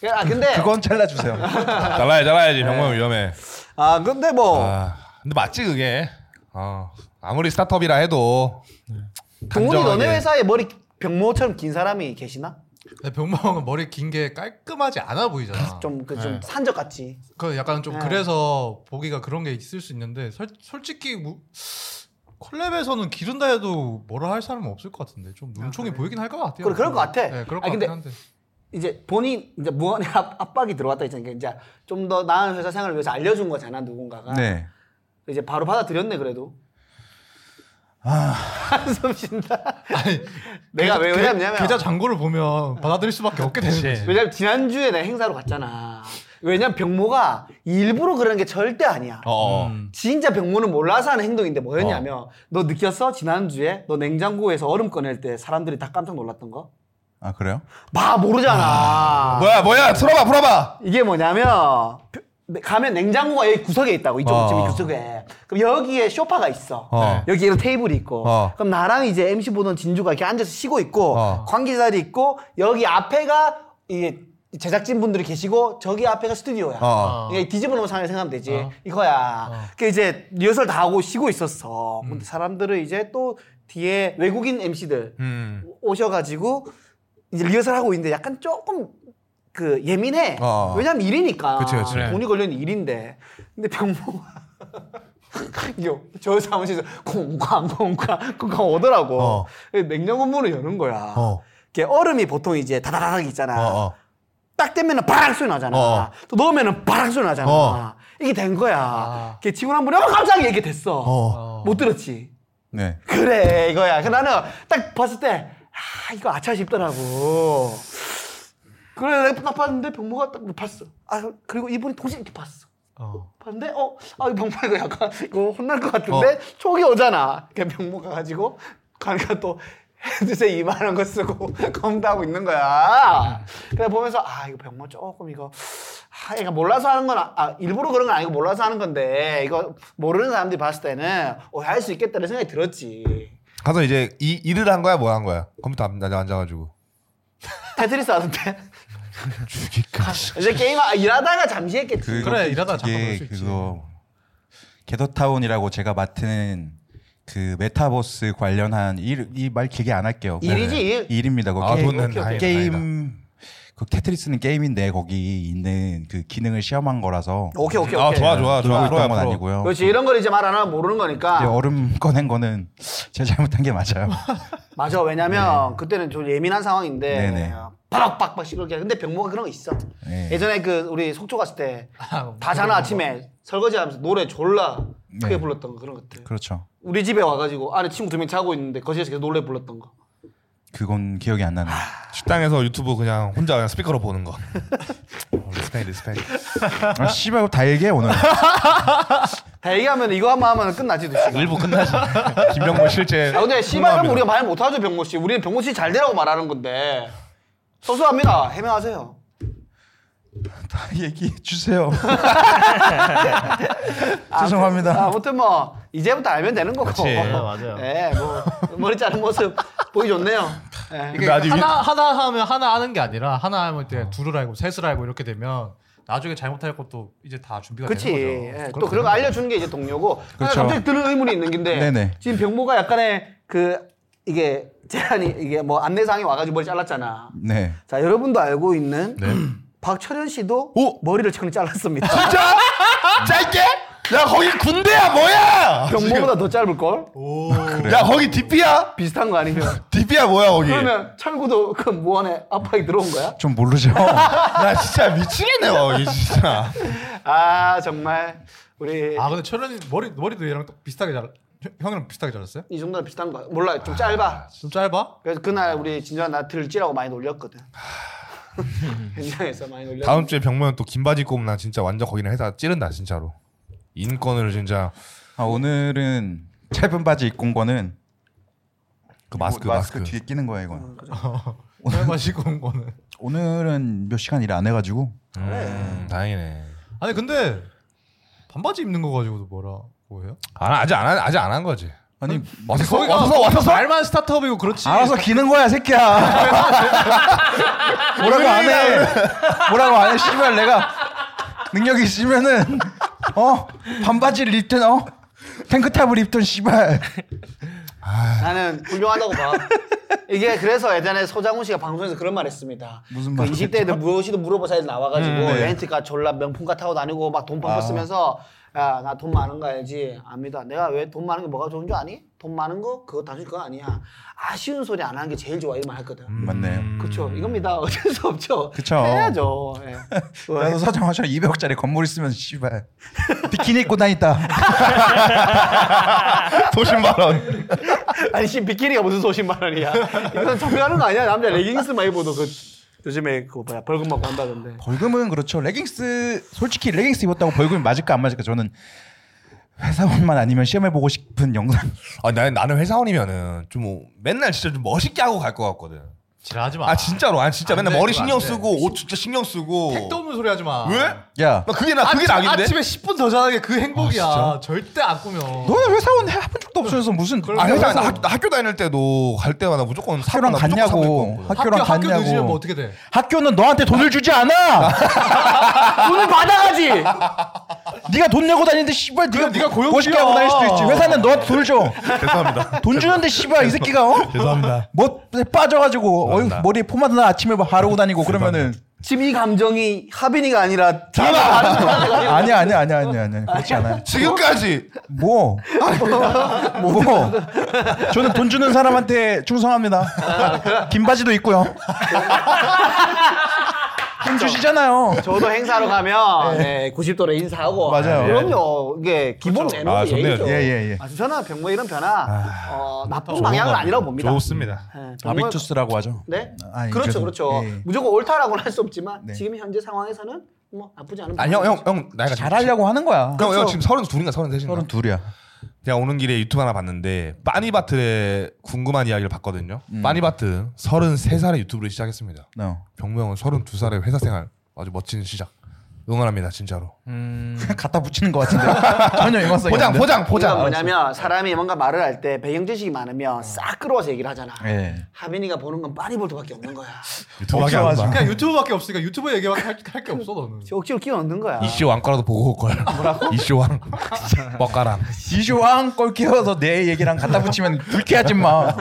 [SPEAKER 1] 네. 아 근데
[SPEAKER 2] 그건 잘라 주세요.
[SPEAKER 4] 잘라야 잘라야지 병모형 위험해
[SPEAKER 1] 아 근데 뭐
[SPEAKER 4] 아 네. 근데 맞지 그게 어 아무리 네. 스타트업이라 해도
[SPEAKER 1] 동훈이
[SPEAKER 4] 단정하게.
[SPEAKER 1] 너네 회사에 머리 병모처럼 긴 사람이 계시나?
[SPEAKER 3] 근데 네, 병모형은 머리 긴 게 깔끔하지 않아 보이잖아.
[SPEAKER 1] 좀 그
[SPEAKER 4] 네.
[SPEAKER 1] 좀 산적 같지.
[SPEAKER 3] 그 약간 좀
[SPEAKER 1] 네.
[SPEAKER 3] 그래서 보기가 그런 게 있을 수 있는데 설, 솔직히 뭐, 콜랩에서는 기른다 해도 뭐라 할 사람은 없을 것 같은데 좀 눈총이 보이긴 할 것 같아요.
[SPEAKER 1] 그래, 그럴 것 같아.
[SPEAKER 3] 네, 그럴
[SPEAKER 1] 아니,
[SPEAKER 3] 것
[SPEAKER 1] 근데
[SPEAKER 3] 같긴 한데.
[SPEAKER 1] 이제 본인 이제 무언의 압- 압박이 들어왔다 했잖아요. 그러니까 이제 좀 더 나은 회사 생활을 위해서 알려준 거잖아 누군가가.
[SPEAKER 2] 네.
[SPEAKER 1] 이제 바로 받아들였네 그래도. 아. 한숨 쉰다. 아니 내가 왜 왜냐면 음.
[SPEAKER 3] 계좌 잔고를 보면 받아들일 수밖에 없게 되는 거지.
[SPEAKER 1] 왜냐면 지난주에 내가 행사로 갔잖아. 왜냐면 병모가 일부러 그런 게 절대 아니야.
[SPEAKER 2] 어.
[SPEAKER 4] 음.
[SPEAKER 1] 진짜 병모는 몰라서 하는 행동인데 뭐였냐면 너 느꼈어? 지난주에 너 냉장고에서 얼음 꺼낼 때 사람들이 다 깜짝 놀랐던 거?
[SPEAKER 2] 아 그래요?
[SPEAKER 1] 막 모르잖아.
[SPEAKER 4] 뭐야 뭐야 풀어봐 풀어봐.
[SPEAKER 1] 이게 뭐냐면 네, 가면 냉장고가 여기 구석에 있다고 이쪽
[SPEAKER 3] 어.
[SPEAKER 1] 지금 이 구석에 그럼 여기에 쇼파가 있어
[SPEAKER 4] 네.
[SPEAKER 3] 어.
[SPEAKER 1] 여기 이런 테이블이 있고
[SPEAKER 3] 어.
[SPEAKER 1] 그럼 나랑 이제 MC 보던 진주가 이렇게 앉아서 쉬고 있고
[SPEAKER 3] 어.
[SPEAKER 1] 관계자들이 있고 여기 앞에가 이게 제작진 분들이 계시고 저기 앞에가 스튜디오야
[SPEAKER 3] 어.
[SPEAKER 1] 이게 뒤집어 놓은 상황 생각하면 되지 이거야 그 이제 리허설 다 하고 쉬고 있었어
[SPEAKER 3] 음.
[SPEAKER 1] 근데 사람들은 이제 또 뒤에 외국인 MC들
[SPEAKER 4] 음.
[SPEAKER 1] 오셔가지고 이제 리허설 하고 있는데 약간 조금 그 예민해.
[SPEAKER 2] 어.
[SPEAKER 1] 왜냐면 일이니까.
[SPEAKER 2] 그치, 그치.
[SPEAKER 1] 돈이 걸리는 일인데. 근데 병모가 이거 저 사무실에서 콩쾅 콩쾅 콩쾅 오더라고. 그
[SPEAKER 2] 어.
[SPEAKER 1] 냉장고 문을 여는 거야.
[SPEAKER 2] 어.
[SPEAKER 1] 이게 얼음이 보통 이제 다다다닥 있잖아.
[SPEAKER 2] 어, 어.
[SPEAKER 1] 딱 떼면은 바락 소리 나잖아.
[SPEAKER 2] 어.
[SPEAKER 1] 또 넣으면은 바락 소리 나잖아.
[SPEAKER 2] 어.
[SPEAKER 1] 이게 된 거야. 이게 직원 한 분이 어 갑자기 이게 됐어.
[SPEAKER 2] 어.
[SPEAKER 1] 못 들었지.
[SPEAKER 2] 네.
[SPEAKER 1] 그래 이거야. 그 나는 딱 봤을 때 아, 이거 아차 싶더라고. 그래 내가 딱 봤는데 병모가 딱 봤어. 아 그리고 이분이 동시에 이렇게 봤어.
[SPEAKER 3] 어.
[SPEAKER 1] 봤는데 어아 병모 이거 약간 이거 혼날 것 같은데 촉이 오잖아. 그냥 병모가 가지고 가니까 또 헤드셋 이만한 거 쓰고 검도 하고 있는 거야. 그래 보면서 아 이거 병모 조금 이거 아 얘가 몰라서 하는 건 아, 아, 일부러 그런 건 아니고 몰라서 하는 건데 이거 모르는 사람들이 봤을 때는 어, 오해할 수 있겠다는 생각이 들었지.
[SPEAKER 4] 가서 이제 이 일을 한 거야 뭐 한 거야 컴퓨터 앞에 앉아가지고.
[SPEAKER 1] 테트리스 하는데. 죽이까. 이제 게임 아, 일하다가 잠시 했겠지.
[SPEAKER 2] 그거
[SPEAKER 3] 그래, 이러다 잠깐
[SPEAKER 2] 이게
[SPEAKER 3] 볼수 있지.
[SPEAKER 2] 그거 개더타운이라고 제가 맡은 그 메타버스 관련한 일 이 말 길게 안 할게요. 그
[SPEAKER 1] 일이지, 일.
[SPEAKER 2] 일입니다. 그거
[SPEAKER 4] 아,
[SPEAKER 2] 게-
[SPEAKER 4] 돈 낸-
[SPEAKER 2] 그
[SPEAKER 4] 아니다,
[SPEAKER 2] 게임 그 테트리스는 게임인데 거기 있는 그 기능을 시험한 거라서
[SPEAKER 1] 오케이 오케이 오케이.
[SPEAKER 4] 아 좋아 좋아 좋아.
[SPEAKER 2] 들어있던 건
[SPEAKER 4] 풀어.
[SPEAKER 2] 아니고요.
[SPEAKER 1] 그렇지 이런 걸 이제 말 안 하면 모르는
[SPEAKER 2] 이제
[SPEAKER 1] 거니까.
[SPEAKER 2] 얼음 꺼낸 거는 제가 잘못한 게 맞아요.
[SPEAKER 1] 맞아 왜냐면 그때는 좀 예민한 상황인데.
[SPEAKER 2] 네.
[SPEAKER 1] 어,
[SPEAKER 2] 네네.
[SPEAKER 1] 바락박박 시끄럽게. 근데 병모가 그런 거 있어.
[SPEAKER 2] 네. 뭐
[SPEAKER 1] 예전에 그 우리 속초 갔을 때
[SPEAKER 3] 아,
[SPEAKER 1] 다잖아 아침에 설거지하면서 노래 졸라 크게
[SPEAKER 2] 네.
[SPEAKER 1] 불렀던 거 그런 것들.
[SPEAKER 2] 그렇죠.
[SPEAKER 1] 우리 집에 와가지고 안에 친구 두 명 자고 있는데 거실에서 계속 노래 불렀던 거.
[SPEAKER 2] 그건 기억이 안 나네요.
[SPEAKER 4] 식당에서 유튜브 그냥 혼자 그냥 스피커로 보는 거. 어, 리스펙 리스펙.
[SPEAKER 2] 아, 씨발 다 얘기해 오늘.
[SPEAKER 1] 다 얘기하면 이거 한번 하면 끝나지 두 시간.
[SPEAKER 4] 일부 뭐 끝나지. 김병모 실제.
[SPEAKER 1] 아, 근데 씨발은
[SPEAKER 4] 폭로합니다.
[SPEAKER 1] 우리가 말 못하죠 병모 씨. 우리는 병모 씨 잘 되라고 말하는 건데 소소합니다. 해명하세요.
[SPEAKER 2] 다 얘기해 주세요. 죄송합니다.
[SPEAKER 1] 아무튼 아, 뭐 이제부터 알면 되는 거고.
[SPEAKER 4] 그치. 네,
[SPEAKER 5] 맞아요.
[SPEAKER 1] 예, 뭐 머리 자른 모습 보기 좋네요. 예.
[SPEAKER 3] 이게
[SPEAKER 4] 아직 어. 위-
[SPEAKER 3] 하나 하나 하면 하나 아는 게 아니라 하나 하면 때 둘을 알고 셋을 알고 이렇게 되면 나중에 잘못할 것도 이제 다 준비가
[SPEAKER 1] 그렇지.
[SPEAKER 3] 되는 거죠.
[SPEAKER 1] 예,
[SPEAKER 3] 그렇게
[SPEAKER 1] 또 그런 거
[SPEAKER 3] 되는
[SPEAKER 1] 알려주는 게 이제 동료고. 하나
[SPEAKER 2] 그렇죠.
[SPEAKER 1] 갑자기 드는 의문이 있는 건데
[SPEAKER 2] 네네.
[SPEAKER 1] 지금 병모가 약간의 그 이게 제한이 이게 뭐 안내사항이 와가지고 머리 잘랐잖아.
[SPEAKER 2] 네.
[SPEAKER 1] 자 여러분도 알고 있는 박철현 씨도 머리를 최근에 잘랐습니다.
[SPEAKER 4] 진짜? 짧게? 야 거기 군대야 뭐야?
[SPEAKER 1] 병모보다 더 짧을 걸?
[SPEAKER 4] 야 거기 DP야?
[SPEAKER 1] 비슷한 거 아니면?
[SPEAKER 4] 예. DP야 뭐야 거기?
[SPEAKER 1] 그러면 철구도 그 무한의 압박이 들어온 거야?
[SPEAKER 2] 좀 모르죠.
[SPEAKER 4] 나 진짜 미치겠네 거기 진짜.
[SPEAKER 1] 아 정말 우리
[SPEAKER 3] 거죠. 아 근데 철현이 머리 머리도 얘랑 또 비슷하게 잘 형이랑 비슷하게 잘랐어요?
[SPEAKER 1] 이 정도는 비슷한 거야. 몰라 좀 짧아.
[SPEAKER 3] 좀 짧아?
[SPEAKER 1] 그래서 그날 우리 진주가 나 들지라고 많이 놀렸거든. 현장에서 많이 놀렸.
[SPEAKER 4] 다음 주에 병모는 또 긴 바지 입고 오면 나 진짜 완전 거기는 회사 찌른다 진짜로. 인권을 진짜
[SPEAKER 2] 아, 오늘은 짧은 바지 입고 온 거는
[SPEAKER 4] 그 마스크
[SPEAKER 2] 뭐,
[SPEAKER 4] 마스크.
[SPEAKER 2] 뒤에 끼는 거야 이건.
[SPEAKER 3] 얼마 시고 온 거는.
[SPEAKER 2] 오늘은 몇 시간 일 안 해가지고
[SPEAKER 4] 음, 다행이네.
[SPEAKER 3] 아니 근데 반바지 입는 거 가지고도 뭐라고 해요?
[SPEAKER 4] 안, 아직 안 한- 아직 안 한 거지.
[SPEAKER 2] 아니
[SPEAKER 4] 왔었어?
[SPEAKER 3] 거기가
[SPEAKER 4] 왔었어? 왔었어?
[SPEAKER 3] 말만 스타트업이고 그렇지.
[SPEAKER 2] 알아서 기는 거야 새끼야. 뭐라고 안 해. 뭐라고 안 해. 씨발 내가 능력이 있으면은 어 반바지를 입든 어 탱크탑을 입든 씨발.
[SPEAKER 1] 나는 훌륭하다고 봐. 이게 그래서 예전에 소장훈 씨가 방송에서 그런 말 했습니다.
[SPEAKER 2] 무슨 음,
[SPEAKER 1] 그
[SPEAKER 2] 말
[SPEAKER 1] 20대들 무엇이든 물어보사에 나와가지고
[SPEAKER 2] 네.
[SPEAKER 1] 렌트카 졸라 명품카 타고
[SPEAKER 2] 아.
[SPEAKER 1] 다니고 막 돈 펑펑 쓰면서 야 나 돈 많은 거 알지? 압니다. 내가 왜 돈 많은 게 뭐가 좋은 줄 아니? 돈 많은 거 그거 단순히 그거 아니야. 아쉬운 소리 안 하는 게 제일 좋아 이말 했거든.
[SPEAKER 3] 음.
[SPEAKER 2] 맞네.
[SPEAKER 1] 그쵸 이겁니다. 어쩔 수 없죠.
[SPEAKER 2] 음. 그쵸.
[SPEAKER 1] 해야죠. 예.
[SPEAKER 2] 나도 서장 화장 200억짜리 건물 있으면 씨발 비키니 입고 다니다.
[SPEAKER 4] 도십만 원.
[SPEAKER 1] 아니 지금 비키니가 무슨 소신만 원이야. 이건 정비하는 거 아니야. 남자 레깅스만 입어도 그 요즘에 그 뭐야 벌금 받고 한다던데.
[SPEAKER 2] 벌금은 그렇죠. 레깅스 솔직히 레깅스 입었다고 벌금이 맞을까 안 맞을까 저는 회사원만 아니면 시험해 보고 싶은 영상.
[SPEAKER 4] 아, 나, 나는 회사원이면은 좀 뭐, 맨날 진짜 좀 멋있게 하고 갈 것 같거든.
[SPEAKER 5] 지랄하지 마.
[SPEAKER 4] 아 진짜로, 아 아. 진짜
[SPEAKER 5] 안
[SPEAKER 4] 맨날
[SPEAKER 5] 돼,
[SPEAKER 4] 머리
[SPEAKER 5] 그거 안
[SPEAKER 4] 신경
[SPEAKER 5] 돼.
[SPEAKER 4] 쓰고 옷 진짜 신경 쓰고.
[SPEAKER 3] 택도 없는 소리 하지 마.
[SPEAKER 4] 왜?
[SPEAKER 2] 야,
[SPEAKER 3] 어.
[SPEAKER 4] 나 그게 나 그게
[SPEAKER 3] 아침,
[SPEAKER 4] 낙인데.
[SPEAKER 3] 아침에 10분 더 자는 게 그 행복이야. 절대 안 꾸며.
[SPEAKER 2] 너는 회사원 해본 적도 없으면서 무슨
[SPEAKER 3] 그러니까.
[SPEAKER 4] 아 회사
[SPEAKER 2] 회사원
[SPEAKER 4] 나, 학- 나 학교 다닐 때도 갈 때마다 무조건
[SPEAKER 2] 학교랑
[SPEAKER 4] 사고 나 무조건 사고
[SPEAKER 2] 갔냐고.
[SPEAKER 4] 입고 왔거든.
[SPEAKER 2] 학교랑
[SPEAKER 3] 학교 학교 늦으면 뭐
[SPEAKER 2] 갔냐고.
[SPEAKER 3] 어떻게 돼?
[SPEAKER 2] 학교는 너한테 돈을 주지 않아.
[SPEAKER 1] 돈을 받아가지.
[SPEAKER 2] 네가 돈 내고 다니는데 씨발 네가
[SPEAKER 3] 네가 고용주야.
[SPEAKER 2] 멋있게 하고 다닐 수도 있지. 회사는 너한테 돈을 줘. 죄송합니다. 돈 주는데 씨발 이 새끼가 어?
[SPEAKER 4] 죄송합니다.
[SPEAKER 2] 멋에 빠져가지고 어이,
[SPEAKER 4] 죄송합니다.
[SPEAKER 2] 머리에 포마드나 아침에 막 바르고 다니고 그러면은
[SPEAKER 1] 지금 이 감정이 하빈이가 아니라 뒤에 다른 사람한테 가지고
[SPEAKER 2] 아니야 아니야 아니야 아니야 아니야 그렇지 않아요.
[SPEAKER 4] 지금까지
[SPEAKER 2] 뭐? 뭐? 저는 돈 주는 사람한테
[SPEAKER 3] 아,
[SPEAKER 2] 충성합니다. 긴 바지도 있고요. 돈 주시잖아요.
[SPEAKER 1] 저도 행사로 가면 네, 90도로 인사하고
[SPEAKER 2] 맞아요.
[SPEAKER 1] 그럼요 이게 기본
[SPEAKER 4] 그렇죠.
[SPEAKER 1] 매너의
[SPEAKER 4] 아, 좋네요.
[SPEAKER 1] 예의죠.
[SPEAKER 2] 예, 예, 예.
[SPEAKER 1] 아, 저는 병모 이런 변화 어, 나쁜 방향은 아니라고 봅니다.
[SPEAKER 4] 좋습니다.
[SPEAKER 1] 예, 병모-
[SPEAKER 2] 아비투스라고 하죠.
[SPEAKER 1] 네,
[SPEAKER 2] 아, 예,
[SPEAKER 1] 그렇죠,
[SPEAKER 2] 죄송-
[SPEAKER 1] 그렇죠.
[SPEAKER 2] 예, 예.
[SPEAKER 1] 무조건 옳다라고는 할 수 없지만
[SPEAKER 2] 네.
[SPEAKER 1] 지금 현재 상황에서는 뭐 나쁘지 않은.
[SPEAKER 4] 아니 형형형 나이가
[SPEAKER 2] 잘하려고 하는 거야.
[SPEAKER 4] 지금- 형,
[SPEAKER 1] 그렇죠.
[SPEAKER 4] 형 지금 서른 둘인가 서른 셋인가.
[SPEAKER 2] 서른 둘이야.
[SPEAKER 4] 제가 오는 길에 유튜브 하나 봤는데 빠니바틀의 궁금한 이야기를 봤거든요.
[SPEAKER 2] 음.
[SPEAKER 4] 빠니바틀 33살에 유튜브를 시작했습니다.
[SPEAKER 2] 어.
[SPEAKER 4] 병모 형은 32살에 회사 생활 아주 멋진 시작. 응원합니다 진짜로.
[SPEAKER 1] 음.
[SPEAKER 2] 갖다 붙이는 것 같은데. 전혀 영화성이
[SPEAKER 4] 포장
[SPEAKER 2] 없는데?
[SPEAKER 1] 보자.
[SPEAKER 4] 포장 포장.
[SPEAKER 1] 뭐냐면 사람이 뭔가 말을 할 때 배경 지식이 많으면 싹 끌어와서 얘기를 하잖아.
[SPEAKER 2] 예.
[SPEAKER 1] 하빈이가 보는 건 빠니볼트밖에 없는 거야.
[SPEAKER 4] 유튜브 하게 안 봐.
[SPEAKER 3] 그냥 유튜브밖에 없으니까 유튜브 얘기밖에 할 게 없어 너는.
[SPEAKER 1] 억지로 끼워 넣는 거야.
[SPEAKER 4] 이쇼 왕거라도 보고 올 걸. 뭐라고? 이쇼 왕. 뻑가랑.
[SPEAKER 2] 이주왕 꼴 끼워서 내 얘기랑 갖다 붙이면 불쾌하지 마.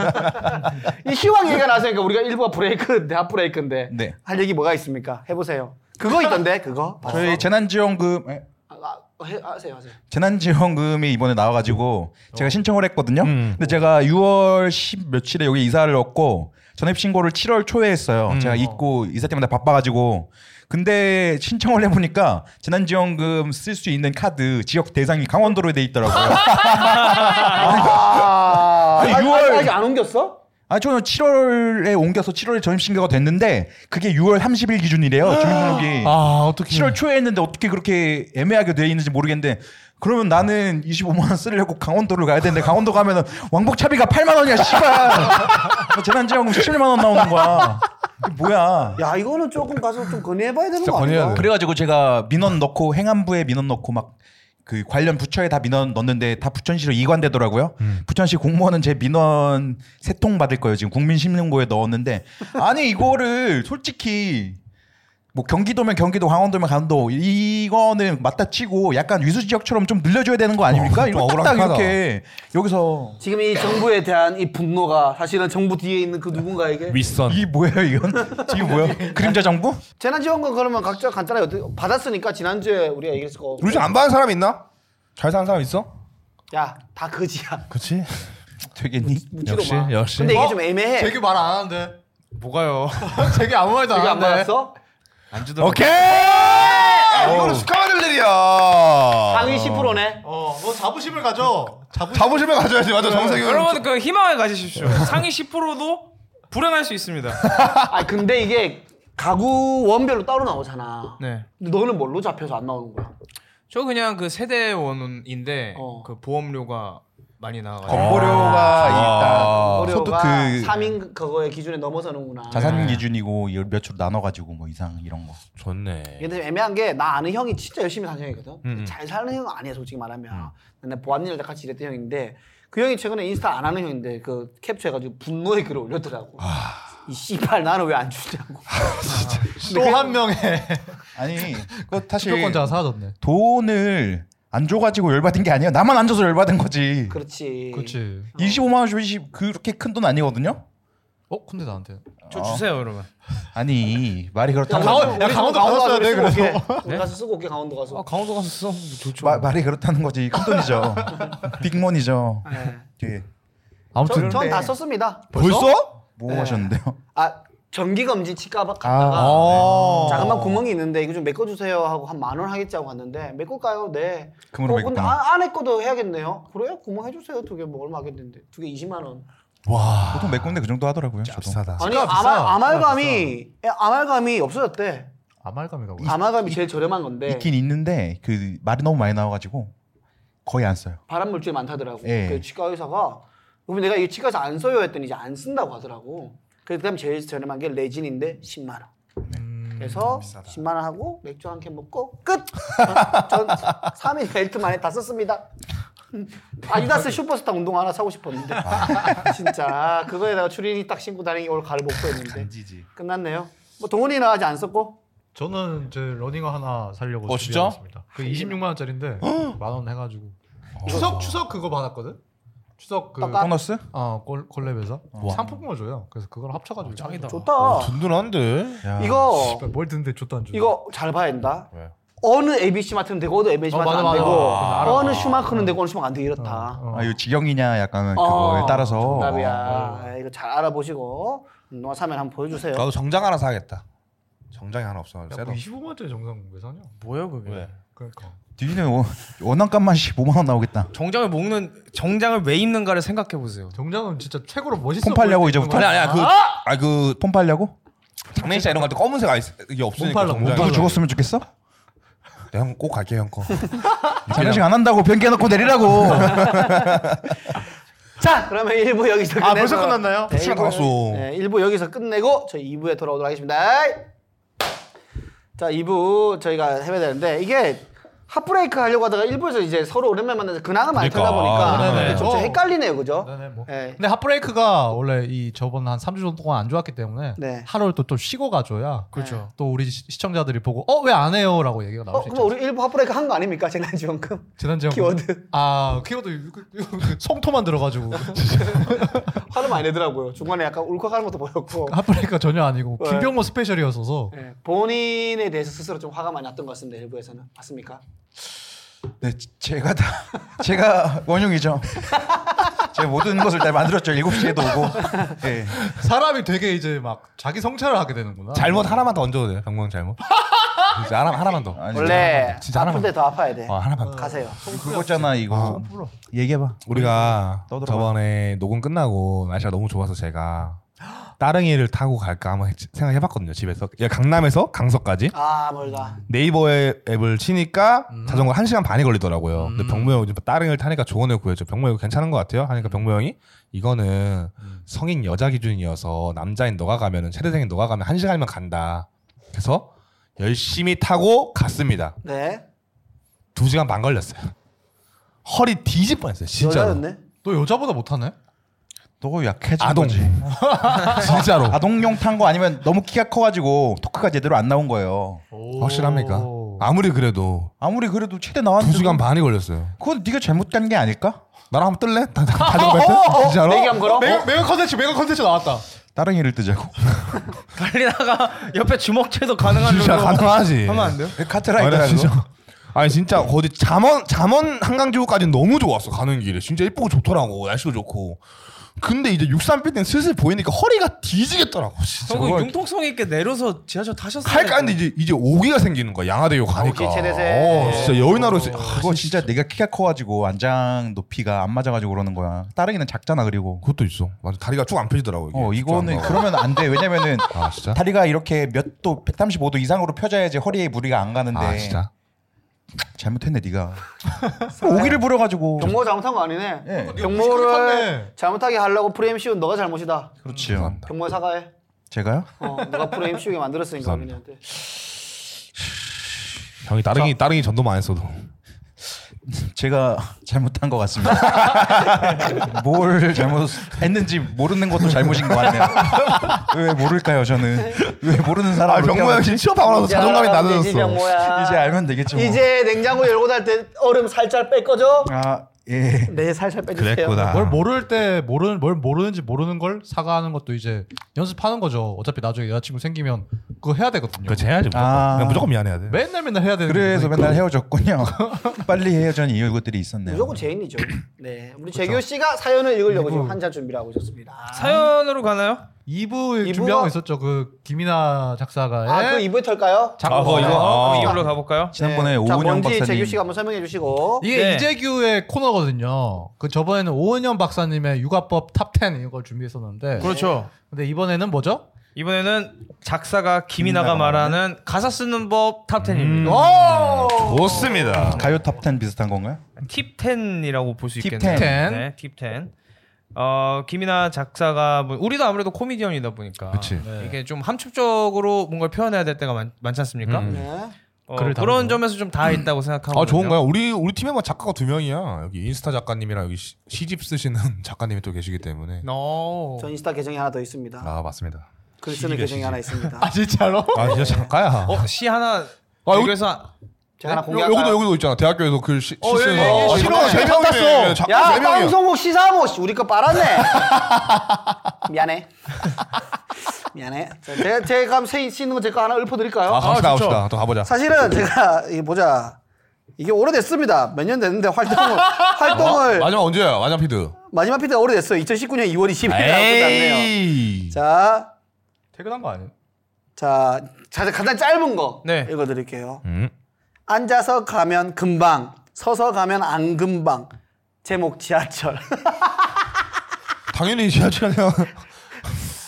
[SPEAKER 1] 이 시황 얘기가 나서니까 우리가 일부가 브레이크, 대합 브레이크인데
[SPEAKER 2] 네.
[SPEAKER 1] 할 얘기 뭐가 있습니까? 해보세요. 그거 있던데 그거. 봤어?
[SPEAKER 2] 저희 재난지원금 예. 에?
[SPEAKER 1] 아, 아, 해, 하세요, 하세요.
[SPEAKER 2] 재난지원금이 이번에 나와가지고 제가 신청을 했거든요. 근데 제가 6월 10 며칠에 여기 이사를 얻고 전입 신고를 7월 초에 했어요. 제가 잊고 이사 때문에 바빠가지고 근데 신청을 해보니까 재난지원금 쓸 수 있는 카드 지역 대상이 강원도로 돼 있더라고요.
[SPEAKER 1] 아,
[SPEAKER 2] 아니,
[SPEAKER 1] 아,
[SPEAKER 2] 유월-
[SPEAKER 1] 아직 안 옮겼어?
[SPEAKER 2] 아 저는 7월에 옮겨서 7월에 전입 신고가 됐는데 그게 6월 30일 기준이래요. 주민등록이.
[SPEAKER 3] 아 어떻게?
[SPEAKER 2] 7월 초에 했는데 어떻게 그렇게 애매하게 돼 있는지 모르겠는데 그러면 나는 25만 원 쓰려고 강원도를 가야 되는데 강원도 가면은 왕복 차비가 8만 원이야 씨발 재난지원금 17만 원 나오는 거야 이게 뭐야
[SPEAKER 1] 야, 이거는 조금 가서 좀 건의해봐야 되는
[SPEAKER 4] 진짜
[SPEAKER 1] 거 아니야?
[SPEAKER 4] 건의해야 돼.
[SPEAKER 2] 그래가지고 제가 민원 넣고 행안부에 민원 넣고 막 그 관련 부처에 다 민원 넣는데 다 부천시로 이관되더라고요.
[SPEAKER 4] 음.
[SPEAKER 2] 부천시 공무원은 제 민원 세 통 받을 거예요. 지금 국민신문고에 넣었는데 아니 이거를 솔직히 뭐 경기도면 경기도, 강원도면 강원도 이거는 맞다치고 약간 위수 지역처럼 좀 늘려줘야 되는 거 아닙니까?
[SPEAKER 4] 어,
[SPEAKER 2] 이거
[SPEAKER 4] 억울하긴
[SPEAKER 2] 딱
[SPEAKER 4] 하다.
[SPEAKER 2] 이렇게 여기서
[SPEAKER 1] 지금 이 정부에 대한 이 분노가 사실은 정부 뒤에 있는 그 누군가에게
[SPEAKER 4] 윗선.
[SPEAKER 2] 이게 뭐예요 이건? 이게 뭐야? 그림자 정부?
[SPEAKER 1] 재난지원금 그러면 각자 간단하게 어떻게- 받았으니까 지난주에 우리가 얘기했을 거.
[SPEAKER 4] 우리 집안 받은 사람 있나? 잘 사는 사람 있어?
[SPEAKER 1] 야, 다 거지야.
[SPEAKER 4] 그렇지.
[SPEAKER 2] 되겠니?
[SPEAKER 1] 묻지도
[SPEAKER 4] 역시,
[SPEAKER 1] 마.
[SPEAKER 4] 역시.
[SPEAKER 1] 근데 이게
[SPEAKER 3] 어?
[SPEAKER 1] 좀 애매해.
[SPEAKER 3] 제기 말 안 하는데.
[SPEAKER 5] 뭐가요?
[SPEAKER 3] 제기 아무 말도 안
[SPEAKER 1] 되게 안
[SPEAKER 3] 하는데.
[SPEAKER 1] 받았어?
[SPEAKER 5] 안 주더라고.
[SPEAKER 4] 오케이. 아, 이거는 축하받을 일이야.
[SPEAKER 1] 상위 10%네.
[SPEAKER 3] 어, 너 자부심을 가져. 자부심.
[SPEAKER 4] 자부심을 가져야지. 맞아, 정석이 형.
[SPEAKER 6] 여러분 그 희망을 가지십시오.
[SPEAKER 5] 네.
[SPEAKER 6] 상위 10%도 불행할 수 있습니다.
[SPEAKER 1] 아, 근데 이게 가구 원별로 따로 나오잖아.
[SPEAKER 6] 네.
[SPEAKER 1] 근데 너는 뭘로 잡혀서 안 나오는 거야?
[SPEAKER 6] 저 그냥 그 세대원인데
[SPEAKER 1] 어.
[SPEAKER 6] 그 보험료가 많이 나와가지고
[SPEAKER 5] 아.
[SPEAKER 2] 건보료가 네. 일단 소득
[SPEAKER 1] 어려가
[SPEAKER 2] 그
[SPEAKER 1] 3인 그거의 기준에 넘어서는구나.
[SPEAKER 2] 자산 기준이고 열 몇으로 나눠가지고 뭐 이상 이런 거.
[SPEAKER 4] 좋네.
[SPEAKER 1] 근데 애매한 게 나 아는 형이 진짜 열심히 사는 형이거든. 잘 사는 형은 아니야 솔직히 말하면. 근데 보안일을 같이 일했던 형인데 그 형이 최근에 인스타 안 하는 형인데 그 캡처해가지고 분노의 글을 올렸더라고. 이 씨발 나는 왜 안 주냐고.
[SPEAKER 3] 또 한 명의
[SPEAKER 2] 아니 그 사실
[SPEAKER 3] 주도권자가 사라졌네.
[SPEAKER 2] 돈을 안 줘가지고 열받은 게 아니에요. 나만 안 줘서 열받은 거지.
[SPEAKER 1] 그렇지. 어.
[SPEAKER 3] 그렇지.
[SPEAKER 2] 25만 원 주시 그렇게 큰 돈 아니거든요.
[SPEAKER 3] 어, 근데 나한테.
[SPEAKER 6] 저 주세요 여러분.
[SPEAKER 2] 아니 말이 그렇다고
[SPEAKER 3] 강원-
[SPEAKER 1] 우리
[SPEAKER 3] 야, 강원도 가서 써야 돼,
[SPEAKER 1] 쓰고
[SPEAKER 3] 그래서.
[SPEAKER 1] 올게. 우리 가서 쓰고 올게 아, 강원도 가서.
[SPEAKER 5] 강원도 가서 써. 좋죠.
[SPEAKER 2] 마- 말이 그렇다는 거지 큰 돈이죠. 빅몬이죠.
[SPEAKER 1] 네.
[SPEAKER 2] 예.
[SPEAKER 3] 아무튼
[SPEAKER 1] 전 다 썼습니다.
[SPEAKER 4] 벌써?
[SPEAKER 2] 뭐 하셨는데요? 아, 네.
[SPEAKER 1] 아 전기 검진 치과 막 갔다가
[SPEAKER 3] 아.
[SPEAKER 1] 자그만 구멍이 있는데 이거 좀 메꿔주세요 하고 한 만 원 하겠지 하고 갔는데 메꿀까요? 네. 어,
[SPEAKER 2] 금으로
[SPEAKER 1] 근데
[SPEAKER 2] 메꿨구나.
[SPEAKER 1] 아, 안에 거도 해야겠네요. 그래요? 구멍 해주세요. 두 개 뭐 얼마 하겠는데 두 개 20만 원.
[SPEAKER 4] 와.
[SPEAKER 2] 보통 몇 군데 그 정도 하더라고요. 저도.
[SPEAKER 5] 비싸다.
[SPEAKER 1] 아니
[SPEAKER 3] 치과 비싸.
[SPEAKER 1] 아말, 아말감이 예, 아말감이 없어졌대.
[SPEAKER 3] 아말감이라고.
[SPEAKER 1] 아말감이 제일 저렴한 건데
[SPEAKER 2] 있긴 있는데 그 말이 너무 많이 나와가지고 거의 안 써요.
[SPEAKER 1] 발암 물질 이 많다더라고.
[SPEAKER 2] 예.
[SPEAKER 1] 그 치과 의사가 그럼 내가 이 치과에서 안 써요 했더니 이제 안 쓴다고 하더라고. 그다음 제일 저렴한 게 레진인데 10만 원. 그래서 10만 원 하고 맥주 한 캔 먹고 끝. 전- 전 3일 벨트 만에 다 썼습니다. 아디다스 슈퍼스타 운동 하나 사고 싶었는데 진짜 그거에다가 추리닝 딱 신고 다니기 올 가을 못 보였는데
[SPEAKER 5] 지지.
[SPEAKER 1] 끝났네요. 뭐 동훈이는 아직 안 썼고
[SPEAKER 3] 저는 제 러닝화 하나 살려고
[SPEAKER 4] 어, 진짜?
[SPEAKER 3] 준비했습니다. 그 26만 원짜리인데 만 원 해가지고 추석 추석 그거 받았거든. 추석 그
[SPEAKER 1] 떡값?
[SPEAKER 2] 보너스?
[SPEAKER 3] 어, 콜- 콜랩에서 상품권을 줘요. 그래서 그걸 합쳐가지고 짱이다.
[SPEAKER 1] 좋다.
[SPEAKER 4] 든든한데.
[SPEAKER 2] 야.
[SPEAKER 1] 이거
[SPEAKER 3] 뭘 듣는데 줬다 안 줘.
[SPEAKER 1] 이거 잘 봐야 된다.
[SPEAKER 4] 왜?
[SPEAKER 1] 어느 ABC 마트는 되고 어느 ABC
[SPEAKER 3] 어,
[SPEAKER 1] 마트 는
[SPEAKER 3] 맞아,
[SPEAKER 1] 안
[SPEAKER 3] 맞아.
[SPEAKER 1] 되고
[SPEAKER 3] 아, 알아.
[SPEAKER 1] 어느 슈마크는 되고 어느 슈마크 안 되고 이렇다.
[SPEAKER 3] 어.
[SPEAKER 2] 아, 이거 직영이냐 약간
[SPEAKER 1] 어,
[SPEAKER 2] 그거에 따라서
[SPEAKER 1] 정답이야.
[SPEAKER 3] 어.
[SPEAKER 1] 아, 이거 잘 알아보시고 운동화 사면 한번 보여주세요.
[SPEAKER 4] 나도 정장 하나 사야겠다. 정장이 하나 없어가지고.
[SPEAKER 3] 야,
[SPEAKER 4] 셋업.
[SPEAKER 3] 뭐 25만 원짜리 정상 왜 사냐?
[SPEAKER 5] 뭐야 그게?
[SPEAKER 4] 왜?
[SPEAKER 3] 그러니까.
[SPEAKER 2] 뒤지는 원- 원한값만 15만 원 나오겠다.
[SPEAKER 5] 정장을 먹는 정장을 왜 입는가를 생각해 보세요.
[SPEAKER 3] 정장은 진짜 최고로 멋있어.
[SPEAKER 2] 폼 팔려고
[SPEAKER 3] 보일 때
[SPEAKER 2] 이제부터.
[SPEAKER 3] 입는 거야.
[SPEAKER 4] 아니 아니야 그아그
[SPEAKER 2] 폼 팔려고?
[SPEAKER 4] 장례식 이런 거 할 때 검은색 아이 이게 없으니까
[SPEAKER 3] 팔라, 몸
[SPEAKER 4] 정장.
[SPEAKER 2] 누구
[SPEAKER 3] 팔라.
[SPEAKER 2] 죽었으면 좋겠어?
[SPEAKER 4] 네, 형꼭 갈게 형 거.
[SPEAKER 2] 장례식 안 한다고 변기 놓고 내리라고.
[SPEAKER 1] 자, 그러면 1부 여기서 끝내서
[SPEAKER 5] 아, 벌써 끝났나요?
[SPEAKER 1] 네,
[SPEAKER 4] 시간 다
[SPEAKER 1] 1부는-
[SPEAKER 4] 갔어.
[SPEAKER 1] 네, 1부 여기서 끝내고 저희 2부에 돌아오도록 하겠습니다. 자, 2부 저희가 해야 되는데 이게 핫브레이크 하려고 하다가 1부에서 이제 서로 오랜만에 만나서 근황을 많이
[SPEAKER 4] 그러니까.
[SPEAKER 1] 틀다 보니까
[SPEAKER 3] 네네.
[SPEAKER 1] 이게 좀, 좀
[SPEAKER 3] 어.
[SPEAKER 1] 헷갈리네요. 그죠?
[SPEAKER 3] 네네 뭐.
[SPEAKER 1] 네.
[SPEAKER 3] 근데 핫브레이크가 원래 이 저번 한 3주 정도 동안 안 좋았기 때문에
[SPEAKER 1] 네.
[SPEAKER 3] 하루를 또 좀 쉬고 가줘야
[SPEAKER 1] 그렇죠.
[SPEAKER 3] 또 우리 시- 시청자들이 보고 어 왜 안 해요라고 얘기가 나올
[SPEAKER 1] 어,
[SPEAKER 3] 수
[SPEAKER 1] 그럼
[SPEAKER 3] 있죠.
[SPEAKER 1] 우리 1부 핫브레이크 한 거 아닙니까? 지난 지원금.
[SPEAKER 3] 지난주에
[SPEAKER 1] 키워드.
[SPEAKER 3] 아 키워드 그- 그- 그 성토만 들어가지고
[SPEAKER 1] 화를 많이 내더라고요. 중간에 약간 울컥하는 것도 보였고.
[SPEAKER 4] 아.
[SPEAKER 3] 핫브레이크가 전혀 아니고
[SPEAKER 1] 네.
[SPEAKER 3] 김병모 스페셜이었어서
[SPEAKER 1] 예, 본인에 대해서 스스로 좀 화가 많이 났던 것 같습니다. 일부에서는 맞습니까?
[SPEAKER 2] 네, 제- 제가 다 제가 원흉이죠. 제가 모든 것을 다 만들었죠. 7시에도 오고. 예.
[SPEAKER 3] 사람이 되게 이제 막 자기 성찰을 하게 되는구나.
[SPEAKER 4] 잘못 하나만 더 얹어도 돼요. 병광 잘못. 진짜 하나 하나만 더.
[SPEAKER 2] 아니,
[SPEAKER 1] 원래
[SPEAKER 4] 진짜 하나만.
[SPEAKER 1] 아픈데 더 아파야 돼.
[SPEAKER 4] 아 하나만 더.
[SPEAKER 1] 가세요.
[SPEAKER 2] 그거잖아 이거. 얘기해 봐.
[SPEAKER 4] 우리가
[SPEAKER 2] 떠들어봐.
[SPEAKER 4] 저번에 녹음 끝나고 날씨가 너무 좋아서 제가 따릉이를 타고 갈까 한번 했- 생각해봤거든요 집에서 야, 강남에서 강서까지
[SPEAKER 1] 아 멀다.
[SPEAKER 4] 네이버 앱을 치니까
[SPEAKER 1] 음.
[SPEAKER 4] 자전거 1 시간 반이 걸리더라고요. 근데 병모 형이 따릉이를 타니까 조언을 구해줘. 병모 형 괜찮은 것 같아요.
[SPEAKER 1] 음.
[SPEAKER 4] 하니까 병모 형이 이거는 성인 여자 기준이어서 남자인 너가 가면은 체대생인 너가 가면 1 시간이면 간다. 그래서 열심히 타고 갔습니다.
[SPEAKER 1] 네.
[SPEAKER 4] 2 시간 반 걸렸어요. 허리 뒤집 뻔했어요. 진짜로.
[SPEAKER 1] 여자였네.
[SPEAKER 3] 너 여자보다 못하네?
[SPEAKER 2] 또 약해진
[SPEAKER 4] 아동. 어.
[SPEAKER 2] 거지.
[SPEAKER 4] 진짜로.
[SPEAKER 2] 아동용 탄 거 아니면 너무 키가 커 가지고 토크가 제대로 안 나온 거예요.
[SPEAKER 4] 확실합니까? 아무리 그래도
[SPEAKER 2] 아무리 그래도 최대
[SPEAKER 4] 두
[SPEAKER 2] 나왔는데
[SPEAKER 4] 시간 반이 걸렸어요.
[SPEAKER 2] 그건 네가 잘못 간 게 아닐까?
[SPEAKER 4] 나랑 한번 뜰래? 다- 다- 다정거 아, 했어? 네. 진짜로?
[SPEAKER 1] 내기 한 아, 걸어?
[SPEAKER 3] 메가 메가 컨텐츠 메가 컨텐츠 나왔다.
[SPEAKER 2] 따릉이를 뜨자고.
[SPEAKER 5] 빨리 나가 옆에 주먹채도 가능한
[SPEAKER 4] 진짜
[SPEAKER 5] 정도로.
[SPEAKER 4] 가능하지.
[SPEAKER 5] 하면 안 돼요?
[SPEAKER 2] 카트라이더
[SPEAKER 4] 아니 진짜. 아니 진짜 어디 잠원 잠원 한강지구까지 너무 좋았어 가는 길에 진짜 예쁘고 좋더라고 날씨도 좋고 근데 이제 63빌딩 슬슬 보이니까 허리가 뒤지겠더라고 진짜
[SPEAKER 5] 결국 융통성 있게 내려서 지하철 타셨어요.
[SPEAKER 4] 할까 했는데 이제 이제 오기가 생기는 거야 양화대교 가니까
[SPEAKER 1] 오기 체대세.
[SPEAKER 4] 어 진짜 여의나로 있어 아,
[SPEAKER 2] 그거 진짜 내가 키가 커가지고 안장 높이가 안 맞아가지고 그러는 거야. 따릉이는 작잖아 그리고.
[SPEAKER 4] 그것도 있어 맞아 다리가 쭉 안 펴지더라고 이게
[SPEAKER 2] 어 이거는
[SPEAKER 4] 그런
[SPEAKER 2] 그러면 안 돼. 왜냐면은
[SPEAKER 4] 아 진짜
[SPEAKER 2] 다리가 이렇게 몇 도 135도 이상으로 펴져야지 허리에 무리가 안 가는데
[SPEAKER 4] 아 진짜
[SPEAKER 2] 잘못했네 네가 어, 오기를 부려가지고
[SPEAKER 1] 병모 잘못한 거 아니네.
[SPEAKER 2] 예.
[SPEAKER 1] 병모를
[SPEAKER 3] 시끄럽네.
[SPEAKER 1] 잘못하게 하려고 프레임 씌운 너가 잘못이다.
[SPEAKER 2] 그렇지요
[SPEAKER 1] 병모 사과해.
[SPEAKER 2] 그렇죠. 제가요?
[SPEAKER 1] 어, 너가 프레임 씌우게 만들었으니까
[SPEAKER 4] 감사합니다.
[SPEAKER 1] 우리한테.
[SPEAKER 4] 형이 따릉이 따릉이 전도만 안 했어도
[SPEAKER 2] 제가 잘못한 것 같습니다 뭘 잘못했는지 모르는 것도 잘못인 것 같네요 왜 모를까요 저는 왜 모르는 사람
[SPEAKER 4] 아 병모 형이 취업하고 나서 자존감이
[SPEAKER 1] 이제
[SPEAKER 4] 낮아졌어
[SPEAKER 1] 병모야.
[SPEAKER 2] 이제 알면 되겠죠 뭐.
[SPEAKER 1] 이제 냉장고 열고 닫을 때 얼음 살짝 뺄 거죠?
[SPEAKER 2] 아예
[SPEAKER 1] 네, 살살 빼주세요.
[SPEAKER 4] 그랬구나
[SPEAKER 3] 뭘 모를 때 모르는 뭘 모르는지 모르는 걸 사과하는 것도 이제 연습하는 거죠. 어차피 나중에 여자친구 생기면 그거 해야 되거든요.
[SPEAKER 4] 그렇지 해야지 무조건.
[SPEAKER 2] 아.
[SPEAKER 4] 그냥 무조건 미안해야 돼.
[SPEAKER 3] 네. 맨날 맨날 해야 되는
[SPEAKER 2] 그래서
[SPEAKER 3] 거니까.
[SPEAKER 2] 맨날 헤어졌군요. 빨리 헤어진 이유들이 있었네요.
[SPEAKER 1] 무조건 제인이죠. 네, 우리 재규 씨가 사연을 읽으려고 지금 한자 준비를 하고 있었습니다.
[SPEAKER 6] 사연으로 가나요?
[SPEAKER 3] 2부
[SPEAKER 1] 이부가-
[SPEAKER 3] 준비하고 있었죠. 그 김이나 작사가의
[SPEAKER 1] 아그 이부에 털까요? 네.
[SPEAKER 3] 작곡.
[SPEAKER 4] 아, 그거 이거?
[SPEAKER 6] 어,
[SPEAKER 4] 아.
[SPEAKER 6] 이걸로 가볼까요?
[SPEAKER 2] 지난번에
[SPEAKER 1] 자,
[SPEAKER 2] 오은영
[SPEAKER 1] 뭔지
[SPEAKER 2] 박사님
[SPEAKER 1] 재규 씨가 한번 설명해 주시고.
[SPEAKER 3] 이게
[SPEAKER 6] 네.
[SPEAKER 3] 이재규의 코너거든요. 그 저번에는 오은영 박사님의 육아법 탑10 이걸 준비했었는데
[SPEAKER 6] 그렇죠.
[SPEAKER 3] 근데 이번에는 뭐죠?
[SPEAKER 6] 이번에는 작사가 김이나가
[SPEAKER 2] 김이나가
[SPEAKER 6] 말하는 가사 쓰는 법 탑10입니다.
[SPEAKER 3] 음.
[SPEAKER 6] 어?
[SPEAKER 4] 좋습니다.
[SPEAKER 2] 가요 탑10 비슷한 건가요?
[SPEAKER 6] 팁10이라고 볼 수
[SPEAKER 2] 팁10.
[SPEAKER 6] 있겠네요.
[SPEAKER 3] 팁10.
[SPEAKER 6] 네, 팁10. 어, 김이나 작사가 뭐, 우리도 아무래도 코미디언이다 보니까 네.
[SPEAKER 4] 그치.
[SPEAKER 6] 이게 좀 함축적으로 뭔가를 표현해야 될 때가 많, 많지 않습니까?
[SPEAKER 1] 네.
[SPEAKER 6] 어,
[SPEAKER 3] 글을 다루고.
[SPEAKER 6] 그런 점에서 좀 다 있다고 생각하고
[SPEAKER 4] 아 좋은가요? 우리 우리 팀에만 작가가 두 명이야. 여기 인스타 작가님이랑 여기 시, 시집 쓰시는 작가님이 또 계시기 때문에.
[SPEAKER 6] No.
[SPEAKER 1] 전 인스타 계정이 하나 더 있습니다.
[SPEAKER 4] 아 맞습니다.
[SPEAKER 1] 글 쓰는
[SPEAKER 4] 시집이야,
[SPEAKER 1] 계정이
[SPEAKER 4] 시집.
[SPEAKER 1] 하나 있습니다.
[SPEAKER 3] 진짜로?
[SPEAKER 4] 아 진짜 작가야.
[SPEAKER 6] 어, 시 하나
[SPEAKER 4] 여기-
[SPEAKER 6] 여기서
[SPEAKER 1] 제가 하나
[SPEAKER 4] 요- 여기도
[SPEAKER 1] 공개할까요?
[SPEAKER 4] 여기도 있잖아. 대학교에서 글 시, 시 쓰는
[SPEAKER 6] 예, 예,
[SPEAKER 4] 거. 아,
[SPEAKER 6] 싫어.
[SPEAKER 4] 세 명이네. 작가
[SPEAKER 1] 야,
[SPEAKER 4] 세 명이야.
[SPEAKER 1] 방송국 시사모 씨, 우리 거 빨았네. 미안해. 미안해. 자, 제, 제가 세 있는 거 제 거 하나 읊어드릴까요?
[SPEAKER 4] 아 갑시다 갑시다. 또 가보자.
[SPEAKER 1] 사실은 제가 이 보자. 이게 오래됐습니다. 몇 년 됐는데 활동을 활동을
[SPEAKER 4] 어? 마지막 언제야? 마지막 피드.
[SPEAKER 1] 마지막 피드가 오래됐어요. 2019년 2월 20일 나왔네요.
[SPEAKER 4] 에이.
[SPEAKER 1] 자,
[SPEAKER 3] 퇴근한 거 아니에요?
[SPEAKER 1] 자, 자, 간단 짧은 거
[SPEAKER 6] 네.
[SPEAKER 1] 읽어드릴게요.
[SPEAKER 4] 음.
[SPEAKER 1] 앉아서 가면 금방, 서서 가면 안 금방. 제목 지하철.
[SPEAKER 4] 당연히 지하철이야.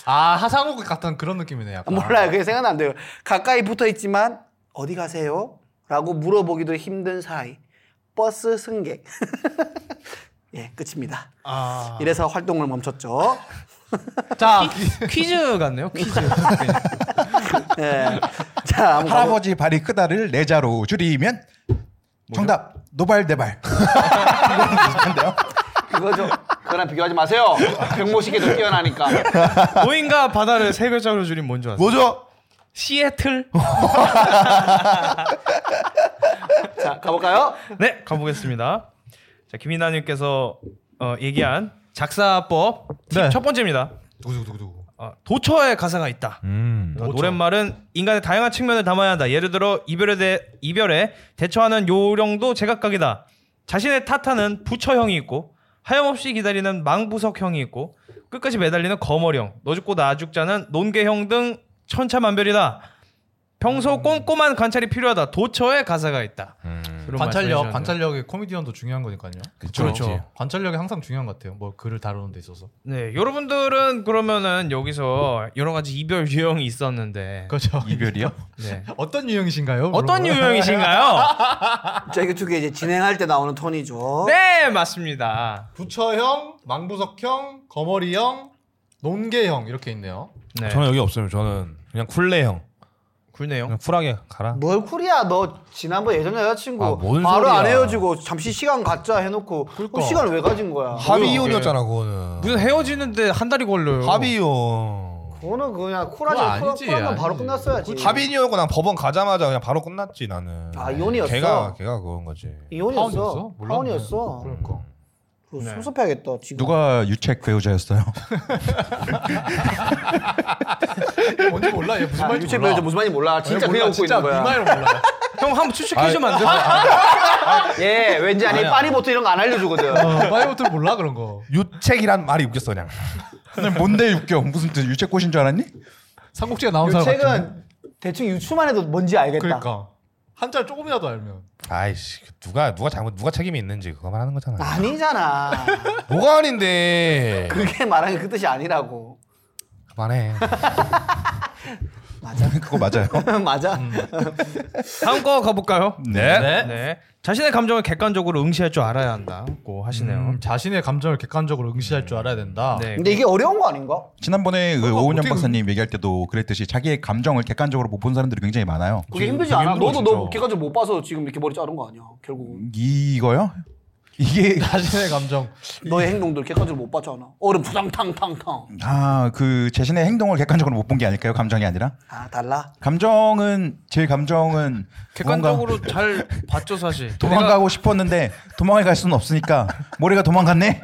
[SPEAKER 3] 아 하상욱 같은 그런 느낌이네 약간.
[SPEAKER 1] 몰라요. 그게 생각은 안 돼요. 가까이 붙어 있지만 어디 가세요? 라고 물어보기도 힘든 사이. 버스 승객. 예, 끝입니다.
[SPEAKER 4] 아.
[SPEAKER 1] 이래서 활동을 멈췄죠.
[SPEAKER 3] 자
[SPEAKER 6] 퀴즈 같네요. 퀴즈.
[SPEAKER 1] 예. 자, 한번 가보-
[SPEAKER 2] 할아버지 발이 크다를 내자로 줄이면 정답 노발대발.
[SPEAKER 1] 그거 좀 그거랑 비교하지 마세요. 백모 씨께 좀 뛰어나니까.
[SPEAKER 6] 노인과 바다를 세 글자로 줄인 뭔지 아세요?
[SPEAKER 4] 뭐죠?
[SPEAKER 6] 시애틀.
[SPEAKER 1] 자, 가볼까요?
[SPEAKER 6] 네, 가보겠습니다. 자, 김이나님께서 어, 얘기한 작사법 팁
[SPEAKER 3] 네.
[SPEAKER 6] 첫 번째입니다.
[SPEAKER 4] 두구두구두구.
[SPEAKER 6] 어, 도처에 가사가 있다.
[SPEAKER 4] 음.
[SPEAKER 6] 그러니까 노랫말은 인간의 다양한 측면을 담아야 한다. 예를 들어 이별에 대 이별에 대처하는 요령도 제각각이다. 자신의 타타는 부처형이 있고 하염없이 기다리는 망부석형이 있고 끝까지 매달리는 거머령, 너 죽고 나 죽자는 논개형 등 천차만별이다.
[SPEAKER 3] 음.
[SPEAKER 6] 평소 꼼꼼한 관찰이 필요하다. 도처에 가사가 있다. 이런
[SPEAKER 3] 관찰력
[SPEAKER 6] 말씀이셨는데.
[SPEAKER 3] 관찰력이 코미디언도 중요한 거니까요.
[SPEAKER 4] 그쵸. 그렇죠.
[SPEAKER 3] 관찰력이 항상 중요한 것 같아요. 뭐 글을 다루는 데 있어서.
[SPEAKER 6] 네, 여러분들은 그러면은 여기서 여러 가지 이별 유형이 있었는데
[SPEAKER 3] 그렇죠.
[SPEAKER 2] 이별이요?
[SPEAKER 6] 네.
[SPEAKER 3] 어떤 유형이신가요?
[SPEAKER 6] 어떤
[SPEAKER 3] 물어보면.
[SPEAKER 6] 유형이신가요?
[SPEAKER 1] 저희 쪽에 이제 진행할 때 나오는 톤이죠.
[SPEAKER 6] 네, 맞습니다.
[SPEAKER 3] 부처형, 망부석형, 거머리형, 논개형 이렇게 있네요.
[SPEAKER 6] 네.
[SPEAKER 4] 저는 여기 없어요. 저는 그냥 쿨레형.
[SPEAKER 6] 굴네요.
[SPEAKER 4] 그냥 쿨하게 가라.
[SPEAKER 1] 뭘 쿨이야 너 지난번 예전 여자친구
[SPEAKER 4] 아, 뭔
[SPEAKER 1] 바로
[SPEAKER 4] 소리야.
[SPEAKER 1] 안 헤어지고 잠시 시간 갖자 해놓고
[SPEAKER 3] 그러니까.
[SPEAKER 1] 그 시간을 왜 가진 거야
[SPEAKER 4] 합의 이혼이었잖아 그거는.
[SPEAKER 6] 무슨 헤어지는데 한 달이 걸려요.
[SPEAKER 4] 합의 이혼.
[SPEAKER 1] 그거는 그냥
[SPEAKER 3] 그거
[SPEAKER 1] 쿨하지
[SPEAKER 3] 아니지,
[SPEAKER 1] 쿨하면 바로
[SPEAKER 3] 아니지.
[SPEAKER 1] 끝났어야지
[SPEAKER 4] 합의 이혼이고 난그 법원 가자마자 그냥 바로 끝났지 나는.
[SPEAKER 1] 예. 아, 이혼이었어?
[SPEAKER 4] 걔가 걔가 그건 거지.
[SPEAKER 1] 이혼이었어
[SPEAKER 3] 몰랐네.
[SPEAKER 1] 파혼이었어
[SPEAKER 3] 그러니까.
[SPEAKER 1] 그거 수습해야겠다 지금
[SPEAKER 2] 누가 유책 배우자였어요?
[SPEAKER 3] 뭔지 몰라. 얘 무슨
[SPEAKER 1] 아,
[SPEAKER 3] 말인지
[SPEAKER 1] 유채
[SPEAKER 3] 몰라.
[SPEAKER 1] 배우자 무슨 말인지 몰라 진짜 그냥 웃고 있는 거야
[SPEAKER 3] 진짜 이 말을 몰라.
[SPEAKER 6] 형 한번 추측해 주면 안 돼요?
[SPEAKER 1] 예 왠지 아니 파리보트 이런 거 안 알려주거든
[SPEAKER 3] 어, 바이오트를 몰라 그런 거.
[SPEAKER 4] 유책이란 말이 웃겼어 그냥.
[SPEAKER 2] 근데 뭔데 웃겨? 무슨 유책 꽃인 줄 알았니?
[SPEAKER 3] 삼국지가 나온 사람 같은.
[SPEAKER 1] 유책은 대충 유추만 해도 뭔지 알겠다
[SPEAKER 3] 그러니까 한자를 조금이라도 알면.
[SPEAKER 4] 아이씨 그 누가 누가 잘못 누가 책임이 있는지 그거만 하는 거잖아.
[SPEAKER 1] 아니잖아
[SPEAKER 4] 뭐가 아닌데.
[SPEAKER 1] 그게 말하는 게그 뜻이 아니라고
[SPEAKER 4] 그만해.
[SPEAKER 1] 맞아
[SPEAKER 2] 그거 맞아요.
[SPEAKER 1] 맞아
[SPEAKER 6] 다음 거 가볼까요?
[SPEAKER 2] 네.
[SPEAKER 6] 네. 자신의 감정을 객관적으로 응시할 줄 알아야 한다고 하시네요.
[SPEAKER 3] 음, 자신의 감정을 객관적으로 응시할 줄 알아야 된다.
[SPEAKER 6] 네.
[SPEAKER 1] 근데 이게 어려운 거 아닌가?
[SPEAKER 2] 지난번에 그 오은영
[SPEAKER 3] 어떻게
[SPEAKER 2] 박사님 얘기할 때도 그랬듯이 자기의 감정을 객관적으로 못 본 사람들이 굉장히 많아요.
[SPEAKER 1] 그게 힘들지 않아?
[SPEAKER 4] 힘들어,
[SPEAKER 1] 너도 너
[SPEAKER 4] 진짜.
[SPEAKER 1] 걔가 좀 못 봐서 지금 이렇게 머리 자른 거 아니야? 결국은
[SPEAKER 2] 이거요? 이게
[SPEAKER 3] 자신의 감정.
[SPEAKER 1] 너의 행동들 객관적으로 못 봤잖아. 얼음 푸당탕탕탕.
[SPEAKER 2] 아 그 자신의 행동을 객관적으로 못 본 게 아닐까요? 감정이 아니라
[SPEAKER 1] 아 달라.
[SPEAKER 2] 감정은 제 감정은 뭔가
[SPEAKER 5] 객관적으로 잘 봤죠 사실.
[SPEAKER 2] 도망가고 싶었는데 도망갈 수는 없으니까 모래가 도망갔네.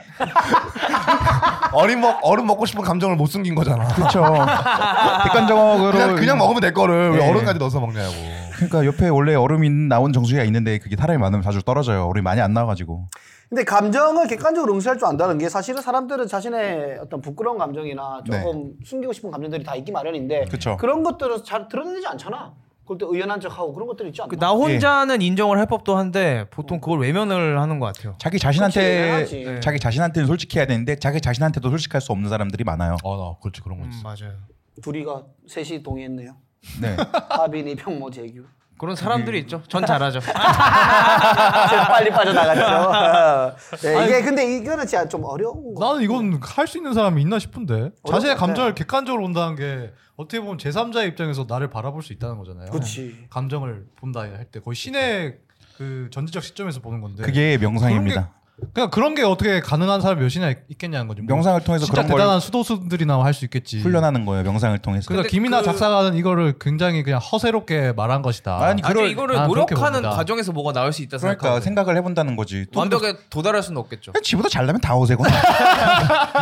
[SPEAKER 4] 어린 먹 얼음 먹고 싶은 감정을 못 숨긴 거잖아.
[SPEAKER 2] 그렇죠. 객관적으로
[SPEAKER 4] 그냥 그냥 뭐 먹으면 될 거를 왜
[SPEAKER 1] 예.
[SPEAKER 2] 네.
[SPEAKER 4] 얼음까지 넣어서 먹냐고.
[SPEAKER 2] 그러니까 옆에 원래 얼음이 나온 정수기가 있는데 그게 사람이 많으면 자주 떨어져요. 얼음이 많이 안 나와가지고.
[SPEAKER 1] 근데 감정을 객관적으로 응시할 줄 안다는 게 사실은 사람들은 자신의 어떤 부끄러운 감정이나 조금 숨기고 싶은 감정들이 다 있기 마련인데
[SPEAKER 2] 네. 그쵸.
[SPEAKER 1] 런 것들은 잘 드러내지 않잖아. 그럴 때 의연한 척하고 그런 것들 있지 않나?
[SPEAKER 6] 나 혼자는 인정을 할 법도 한데 보통 그걸 외면을 하는 것 같아요.
[SPEAKER 2] 자기 자신한테 네.
[SPEAKER 1] 그치, 당연하지.
[SPEAKER 2] 자기 자신한테는 솔직해야 되는데 자기 자신한테도 솔직할 수 없는 사람들이 많아요.
[SPEAKER 3] 어, 나 그렇지 그런 거
[SPEAKER 6] 음,
[SPEAKER 3] 있어.
[SPEAKER 6] 맞아요.
[SPEAKER 1] 둘이가 셋이 동의했네요.
[SPEAKER 2] 네.
[SPEAKER 1] 하빈, 이병모, 재규.
[SPEAKER 5] 그런 사람들이 있죠. 전 잘하죠.
[SPEAKER 6] 아.
[SPEAKER 1] 제일 빨리 빠져나갔죠. 네, 이게 근데 이거는 진짜 좀 어려운 거.
[SPEAKER 3] 나는 이건 할 수 있는 사람이 있나 싶은데 자신의
[SPEAKER 1] 것 같아.
[SPEAKER 3] 감정을 객관적으로 본다는 게 어떻게 보면 제3자의 입장에서 나를 바라볼 수 있다는 거잖아요.
[SPEAKER 1] 그치.
[SPEAKER 3] 감정을 본다 할 때 거의 신의 그 전지적 시점에서 보는 건데
[SPEAKER 2] 그게
[SPEAKER 3] 그런
[SPEAKER 2] 명상입니다.
[SPEAKER 3] 게- 그냥 그런 게 어떻게 가능한 사람이 몇이나 있- 있겠냐는 거지. 뭐
[SPEAKER 2] 명상을 통해서
[SPEAKER 3] 진짜
[SPEAKER 2] 그런 걸
[SPEAKER 3] 대단한 수도수들이나 할 수 있겠지.
[SPEAKER 2] 훈련하는 거예요. 명상을 통해서.
[SPEAKER 3] 그러니까
[SPEAKER 5] 근데
[SPEAKER 3] 김이나
[SPEAKER 5] 그-
[SPEAKER 3] 작사가는 이거를 굉장히 그냥 허세롭게 말한 것이다.
[SPEAKER 2] 아니,
[SPEAKER 5] 아주
[SPEAKER 2] 그럴-
[SPEAKER 5] 이거를
[SPEAKER 3] 난 그렇게
[SPEAKER 5] 노력하는
[SPEAKER 3] 봅니다.
[SPEAKER 5] 과정에서 뭐가 나올 수 있다
[SPEAKER 2] 그러니까
[SPEAKER 5] 생각하고
[SPEAKER 2] 생각을 해본다는 거지.
[SPEAKER 6] 뭐.
[SPEAKER 2] 또
[SPEAKER 5] 완벽에 도달할 수는 없겠죠.
[SPEAKER 2] 그냥 지보다 잘나면 다 오세고.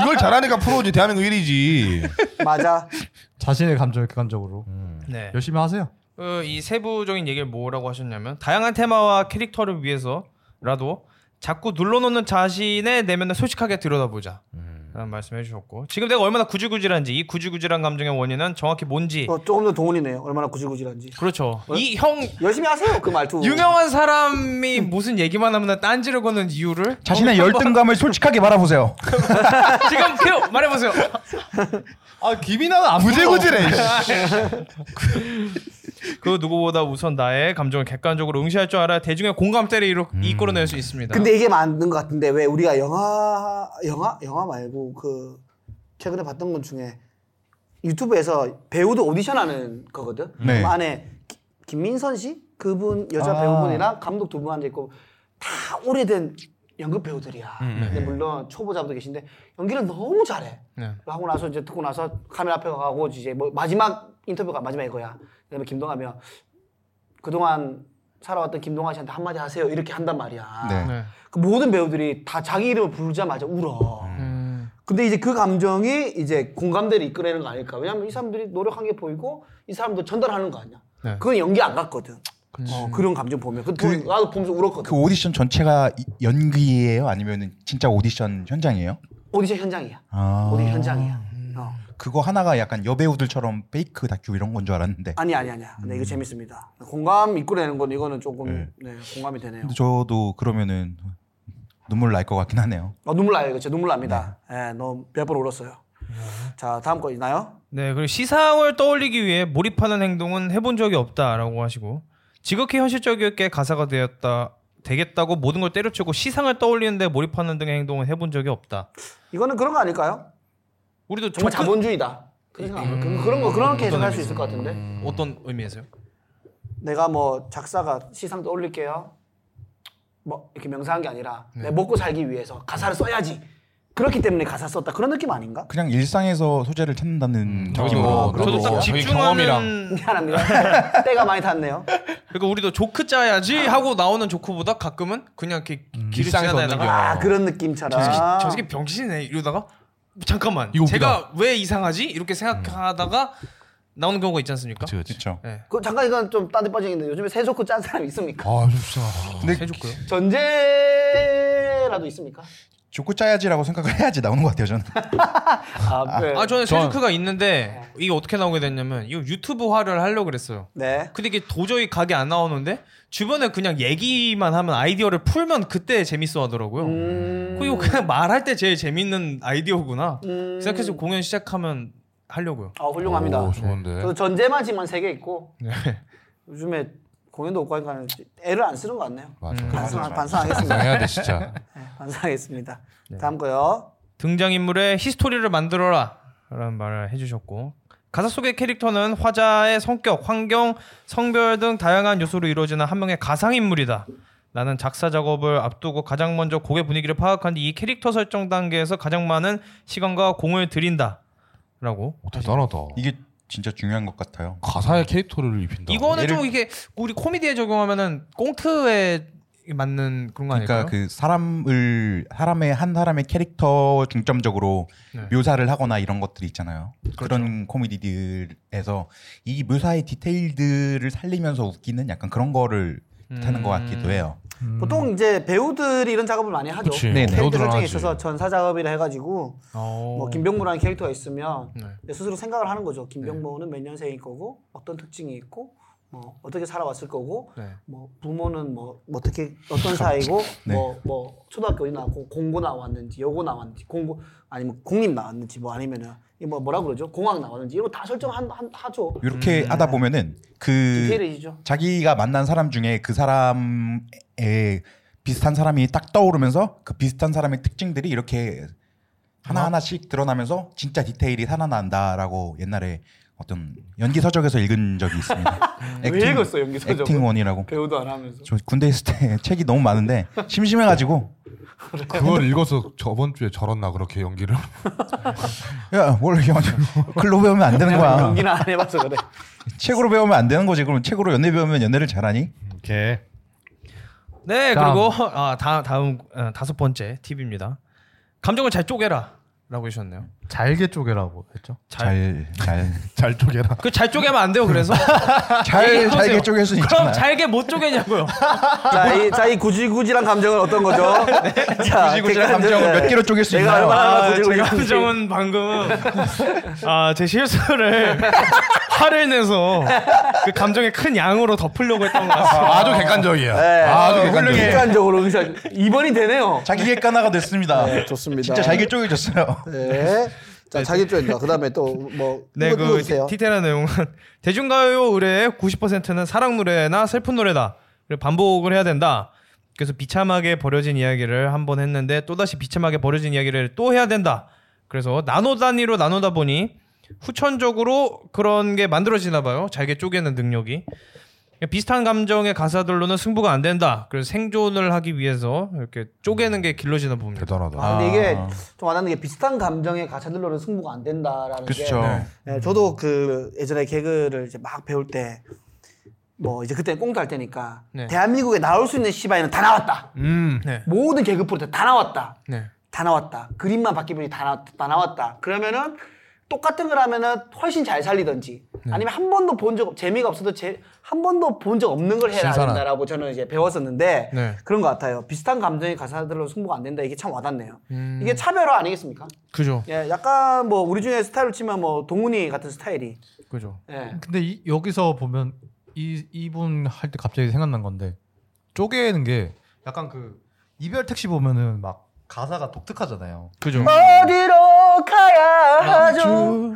[SPEAKER 4] 이걸 잘하니까 프로지 대한민국 1위지.
[SPEAKER 1] 맞아.
[SPEAKER 3] 자신의 감정을 객관적으로
[SPEAKER 5] 음.
[SPEAKER 3] 음.
[SPEAKER 6] 네.
[SPEAKER 3] 열심히 하세요.
[SPEAKER 6] 어, 이 세부적인 얘기를 뭐라고 하셨냐면 다양한 테마와 캐릭터를 위해서라도 자꾸 눌러놓는 자신의 내면을 솔직하게 들여다보자.
[SPEAKER 5] 음.
[SPEAKER 6] 라는 말씀해 주셨고 지금 내가 얼마나 구질구질한지 이 구질구질한 감정의 원인은 정확히 뭔지
[SPEAKER 1] 어, 조금 더 동훈이네요. 얼마나 구질구질한지.
[SPEAKER 6] 그렇죠 이 형
[SPEAKER 1] 열심히 하세요 그 말투.
[SPEAKER 6] 유명한 사람이 무슨 얘기만 하면 딴지를 거는 이유를
[SPEAKER 2] 자신의 열등감을 솔직하게 말아보세요.
[SPEAKER 6] 지금 그 말해보세요
[SPEAKER 3] 아 김이나는 안
[SPEAKER 4] 구질구질해.
[SPEAKER 1] 아,
[SPEAKER 4] 이씨.
[SPEAKER 6] 그 누구보다 우선 나의 감정을 객관적으로 응시할 줄 알아야 대중의 공감대를 이루,
[SPEAKER 4] 음.
[SPEAKER 6] 이끌어낼 수 있습니다
[SPEAKER 1] 근데 이게 맞는 것 같은데 왜 우리가 영화 영화 영화 말고 그 최근에 봤던 것 중에 유튜브에서 배우도 오디션하는 거거든.
[SPEAKER 2] 네.
[SPEAKER 1] 그 안에 기- 김민선 씨 그분 여자
[SPEAKER 2] 아.
[SPEAKER 1] 배우분이랑 감독 두 분 앉아 있고 다 오래된 연극 배우들이야.
[SPEAKER 6] 음,
[SPEAKER 1] 근데 물론 초보자분도 계신데 연기를 너무 잘해.
[SPEAKER 6] 네.
[SPEAKER 1] 하고 나서 이제 듣고 나서 카메라 앞에 가고 이제 뭐 마지막 인터뷰가 마지막 이거야. 그다음에 김동하면 그동안 살아왔던 김동완 씨한테 한마디 하세요 이렇게 한단 말이야.
[SPEAKER 2] 네.
[SPEAKER 6] 네.
[SPEAKER 1] 그 모든 배우들이 다 자기 이름을 부르자마자 울어.
[SPEAKER 6] 음.
[SPEAKER 1] 근데 이제 그 감정이 이제 공감대를 이끌어내는 거 아닐까? 왜냐면 이 사람들이 노력한 게 보이고 이 사람도 전달하는 거 아니야?
[SPEAKER 6] 네.
[SPEAKER 1] 그건 연기 안 갔거든. 어, 그런 감정 보면 그, 그 나도 보면서 울었거든.
[SPEAKER 2] 그 오디션 전체가 이- 연기예요? 아니면 진짜 오디션 현장이에요?
[SPEAKER 1] 오디션 현장이야.
[SPEAKER 2] 아.
[SPEAKER 1] 오디션 현장이야. 어.
[SPEAKER 2] 그거 하나가 약간 여배우들처럼 페이크 다큐 이런 건 줄 알았는데.
[SPEAKER 1] 아니 아니 아니야. 근데 이거 재밌습니다. 공감 이끌어내는 건 이거는 조금 네, 공감이 되네요.
[SPEAKER 2] 근데 저도 그러면은 눈물 날 것 같긴 하네요.
[SPEAKER 1] 어, 눈물 나요. 이거 진짜 눈물 납니다. 예, 너무 몇 번 울었어요. 자, 다음 거 있나요?
[SPEAKER 6] 네, 그리고 시상을 떠올리기 위해 몰입하는 행동은 해본 적이 없다라고 하시고 지극히 현실적이게 가사가 되었다 되겠다고 모든 걸 때려치고 시상을 떠올리는데 몰입하는 등의 행동은 해본 적이 없다.
[SPEAKER 1] 이거는 그런 거 아닐까요?
[SPEAKER 6] 우리도
[SPEAKER 1] 정말
[SPEAKER 6] 조금-
[SPEAKER 1] 자본주의다. 그 생각 안 음... 그런 거 그렇게
[SPEAKER 6] 어떤
[SPEAKER 1] 해석할 수
[SPEAKER 6] 의미죠?
[SPEAKER 1] 있을 것 같은데.
[SPEAKER 4] 음.
[SPEAKER 5] 어떤 의미에서요?
[SPEAKER 1] 내가 뭐 작사가 시상도 올릴게요. 뭐 이렇게 명상한 게 아니라 내 먹고 살기 위해서 가사를 써야지. 그렇기 때문에 가사 썼다 그런 느낌 아닌가?
[SPEAKER 2] 그냥 일상에서 소재를 찾는다는 느낌으로.
[SPEAKER 1] 어, 그런
[SPEAKER 6] 저도
[SPEAKER 1] 거죠.
[SPEAKER 4] 뭐
[SPEAKER 6] 딱 집중하는
[SPEAKER 1] 미안합니다. 때가 많이 탔네요.
[SPEAKER 5] 그러니까 우리도 조크 짜야지 하고 나오는 조크보다 가끔은 그냥 이렇게 길을
[SPEAKER 4] 음, 일상에서
[SPEAKER 5] 지나다니다가
[SPEAKER 1] 아 그런 느낌처럼.
[SPEAKER 5] 아, 저 새끼 병신이네 이러다가 잠깐만
[SPEAKER 3] 이거 웃기다.
[SPEAKER 5] 제가 왜 이상하지 이렇게 생각하다가 나오는 경우가 있지 않습니까?
[SPEAKER 4] 그치, 그치.
[SPEAKER 2] 그렇죠.
[SPEAKER 5] 네.
[SPEAKER 1] 그 잠깐 이건 좀 딴 데 빠지겠는데 요즘에 세조코 짠 사람 있습니까?
[SPEAKER 3] 아 진짜.
[SPEAKER 2] 근데
[SPEAKER 5] 네, 해줬고요.
[SPEAKER 1] 전제라도 있습니까?
[SPEAKER 2] 좋고 짜야지라고 생각을 해야지 나오는 것 같아요 저는.
[SPEAKER 1] 아, 네.
[SPEAKER 5] 아 저는 세주크가 있는데 이게 어떻게 나오게 됐냐면 이거 유튜브화를 하려고 그랬어요.
[SPEAKER 1] 네.
[SPEAKER 5] 근데 이게 도저히 각이 안 나오는데 주변에 그냥 얘기만 하면 아이디어를 풀면 그때 재밌어 하더라고요.
[SPEAKER 1] 음.
[SPEAKER 5] 그리고 그냥 말할 때 제일 재밌는 아이디어구나 생각해서 공연 시작하면 하려고요.
[SPEAKER 1] 아 훌륭합니다. 네.
[SPEAKER 3] 오,
[SPEAKER 7] 네.
[SPEAKER 3] 좋은데.
[SPEAKER 1] 저도 전제만 지만 세 개 있고 요즘에 공연도 없고 하니까 애를 안 쓰는 것 같네요.
[SPEAKER 4] 맞아.
[SPEAKER 1] 반성, 반성하겠습니다.
[SPEAKER 3] 해야 돼 진짜.
[SPEAKER 1] 네, 반성하겠습니다.
[SPEAKER 7] 네.
[SPEAKER 1] 다음 거요.
[SPEAKER 5] 등장인물의 히스토리를 만들어라 라는 말을 해주셨고 가사 속의 캐릭터는 화자의 성격, 환경, 성별 등 다양한 요소로 이루어지는 한 명의 가상인물이다
[SPEAKER 6] 나는 작사 작업을 앞두고 가장 먼저 곡의 분위기를 파악한 뒤 이 캐릭터 설정 단계에서 가장 많은 시간과 공을 들인다. 라고.
[SPEAKER 7] 대단하다.
[SPEAKER 2] 이게 진짜 중요한 것 같아요.
[SPEAKER 7] 가사에 캐릭터를 입힌다.
[SPEAKER 6] 이거는
[SPEAKER 2] 예를-
[SPEAKER 6] 좀 이게 우리 코미디에 적용하면은 꽁트에 맞는 그런 거 아닐까요?
[SPEAKER 2] 그러니까 그 사람을 사람의 한 사람의 캐릭터 중점적으로
[SPEAKER 6] 네. 그렇죠.
[SPEAKER 2] 묘사를 하거나 이런 것들이 있잖아요. 그런 코미디들에서 이 묘사의 디테일들을 살리면서 웃기는 약간 그런 거를
[SPEAKER 6] 음.
[SPEAKER 2] 하는 것 같기도 해요.
[SPEAKER 3] 음.
[SPEAKER 1] 보통 이제 배우들이 이런 작업을 많이
[SPEAKER 7] 음.
[SPEAKER 1] 하죠.
[SPEAKER 7] 그치.
[SPEAKER 2] 네네.
[SPEAKER 1] 캐릭터
[SPEAKER 7] 배우들은
[SPEAKER 1] 설정에
[SPEAKER 7] 하지. 어.
[SPEAKER 1] 있어서 전사 작업이라 해가지고 뭐 김병모라는 캐릭터가 있으면
[SPEAKER 6] 어. 네.
[SPEAKER 1] 스스로 생각을 하는 거죠.
[SPEAKER 7] 네.
[SPEAKER 1] 김병모는 몇 년생일 거고 어떤 특징이 있고 뭐 어떻게 살아왔을 거고
[SPEAKER 6] 네.
[SPEAKER 1] 뭐 부모는 뭐 어떻게 어떤 사이고
[SPEAKER 2] 네.
[SPEAKER 1] 뭐 뭐 초등학교 어디 나왔고 공고 나왔는지 여고 나왔는지 공고 아니면 공립 나왔는지 뭐 아니면은 이뭐 뭐라 그러죠 공학 나왔는지 이런 거 다 설정한 한- 하죠.
[SPEAKER 6] 음.
[SPEAKER 2] 이렇게 하다 보면은 그
[SPEAKER 1] 디테일이죠.
[SPEAKER 2] 자기가 만난 사람 중에 그 사람의 비슷한 사람이 딱 떠오르면서 그 비슷한 사람의 특징들이 이렇게
[SPEAKER 1] 뭐?
[SPEAKER 2] 하나하나씩 드러나면서 진짜 디테일이 살아난다라고 옛날에 어떤 연기 서적에서 읽은 적이 있습니다.
[SPEAKER 1] 왜 읽었어 연기 서적?
[SPEAKER 2] 액팅 원이라고.
[SPEAKER 1] 배우도 안 하면서.
[SPEAKER 2] 저 군대 있을 때 책이 너무 많은데 심심해 가지고
[SPEAKER 7] 그걸 읽어서 저번 주에 저랬나 그렇게 연기를.
[SPEAKER 2] 야뭘 글로 배우면 안 되는 거야.
[SPEAKER 1] 연기는 안 해봐서 그래.
[SPEAKER 2] 책으로 배우면 안 되는 거지. 그럼 책으로 연애 배우면 연애를 잘하니?
[SPEAKER 7] 오케이.
[SPEAKER 6] 네
[SPEAKER 3] 다음.
[SPEAKER 6] 그리고 아, 다, 다음 어, 다섯 번째 팁입니다. 감정을 잘 쪼개라라고 해주셨네요.
[SPEAKER 3] 잘게 쪼개라고 했죠.
[SPEAKER 2] 잘잘잘
[SPEAKER 7] 잘 쪼개라.
[SPEAKER 6] 그 잘 쪼개면 안 돼요. 그래서
[SPEAKER 2] 잘게 쪼갤 수
[SPEAKER 6] 그럼
[SPEAKER 2] 있잖아.
[SPEAKER 6] 잘게 못 쪼개냐고요.
[SPEAKER 1] 자, 이, 자, 이 구질구질한 감정은 어떤 거죠? 자,
[SPEAKER 2] 네. 구질구질한
[SPEAKER 1] 그러니까
[SPEAKER 2] 감정은
[SPEAKER 1] 이제
[SPEAKER 2] 몇 개로 쪼갤 수
[SPEAKER 1] 내가
[SPEAKER 2] 있나요?
[SPEAKER 1] 얼마나
[SPEAKER 6] 아, 제
[SPEAKER 1] 구질구질한지.
[SPEAKER 6] 감정은 방금 아 제 실수를 화를 내서 그 감정의 큰 양으로 덮으려고 했던 것 같아요.
[SPEAKER 7] 아주 객관적이야.
[SPEAKER 1] 네.
[SPEAKER 7] 아주 객관적이야.
[SPEAKER 1] 객관적으로 의사 2번이 되네요.
[SPEAKER 2] 자기의 까나가 됐습니다.
[SPEAKER 1] 네, 좋습니다.
[SPEAKER 2] 진짜 잘게 쪼개졌어요.
[SPEAKER 1] 네. 자, 자기 쪽입니다. 그다음에 또뭐
[SPEAKER 6] 네, 그 디, 테일한 내용은 대중가요 의뢰의 90%는 사랑 노래나 슬픈 노래다. 그리고 반복을 해야 된다. 그래서 비참하게 버려진 이야기를 한 번 했는데 또다시 비참하게 버려진 이야기를 또 해야 된다. 그래서 나노 단위로 나누다 보니 후천적으로 그런 게 만들어지나 봐요. 잘게 쪼개는 능력이. 그러니까 비슷한 감정의 가사들로는 승부가 안 된다. 그래서 생존을 하기 위해서 이렇게 쪼개는 게 길러지나 봅니다.
[SPEAKER 7] 대단하다.
[SPEAKER 1] 아, 근데 이게
[SPEAKER 2] 아.
[SPEAKER 1] 좀 와닿는 게 비슷한 감정의 가사들로는 승부가 안 된다라는 게
[SPEAKER 2] 그렇죠.
[SPEAKER 1] 네, 저도 그 예전에 개그를 이제 막 배울 때 뭐 이제 그때 꽁트 할 때니까
[SPEAKER 6] 네.
[SPEAKER 1] 대한민국에 나올 수 있는 시바에는 다 나왔다.
[SPEAKER 6] 네.
[SPEAKER 1] 모든 개그 프로젝트 다 나왔다.
[SPEAKER 6] 네.
[SPEAKER 1] 다 나왔다. 그림만 바뀌면 다 나왔다. 다 나왔다. 그러면은 똑같은 걸 하면은 훨씬 잘 살리든지
[SPEAKER 3] 네.
[SPEAKER 1] 아니면 한 번도 본 적 재미가 없어도 제, 한 번도 본 적 없는 걸 해야
[SPEAKER 3] 신선한.
[SPEAKER 1] 된다라고 저는 이제 배웠었는데
[SPEAKER 6] 네.
[SPEAKER 1] 그런 것 같아요. 비슷한 감정의 가사들로 승부가 안 된다. 이게 참 와닿네요.
[SPEAKER 3] 음.
[SPEAKER 1] 이게 차별화 아니겠습니까?
[SPEAKER 6] 그죠.
[SPEAKER 1] 예, 약간 뭐 우리 중에 스타일로 치면 뭐 동훈이 같은 스타일이
[SPEAKER 6] 그죠.
[SPEAKER 1] 예.
[SPEAKER 3] 근데 이, 여기서 보면 이 이분 할 때 갑자기 생각난 건데 쪼개는 게 약간 그 이별 택시 보면은 막 가사가 독특하잖아요.
[SPEAKER 6] 그죠.
[SPEAKER 1] 어디로 가야 하죠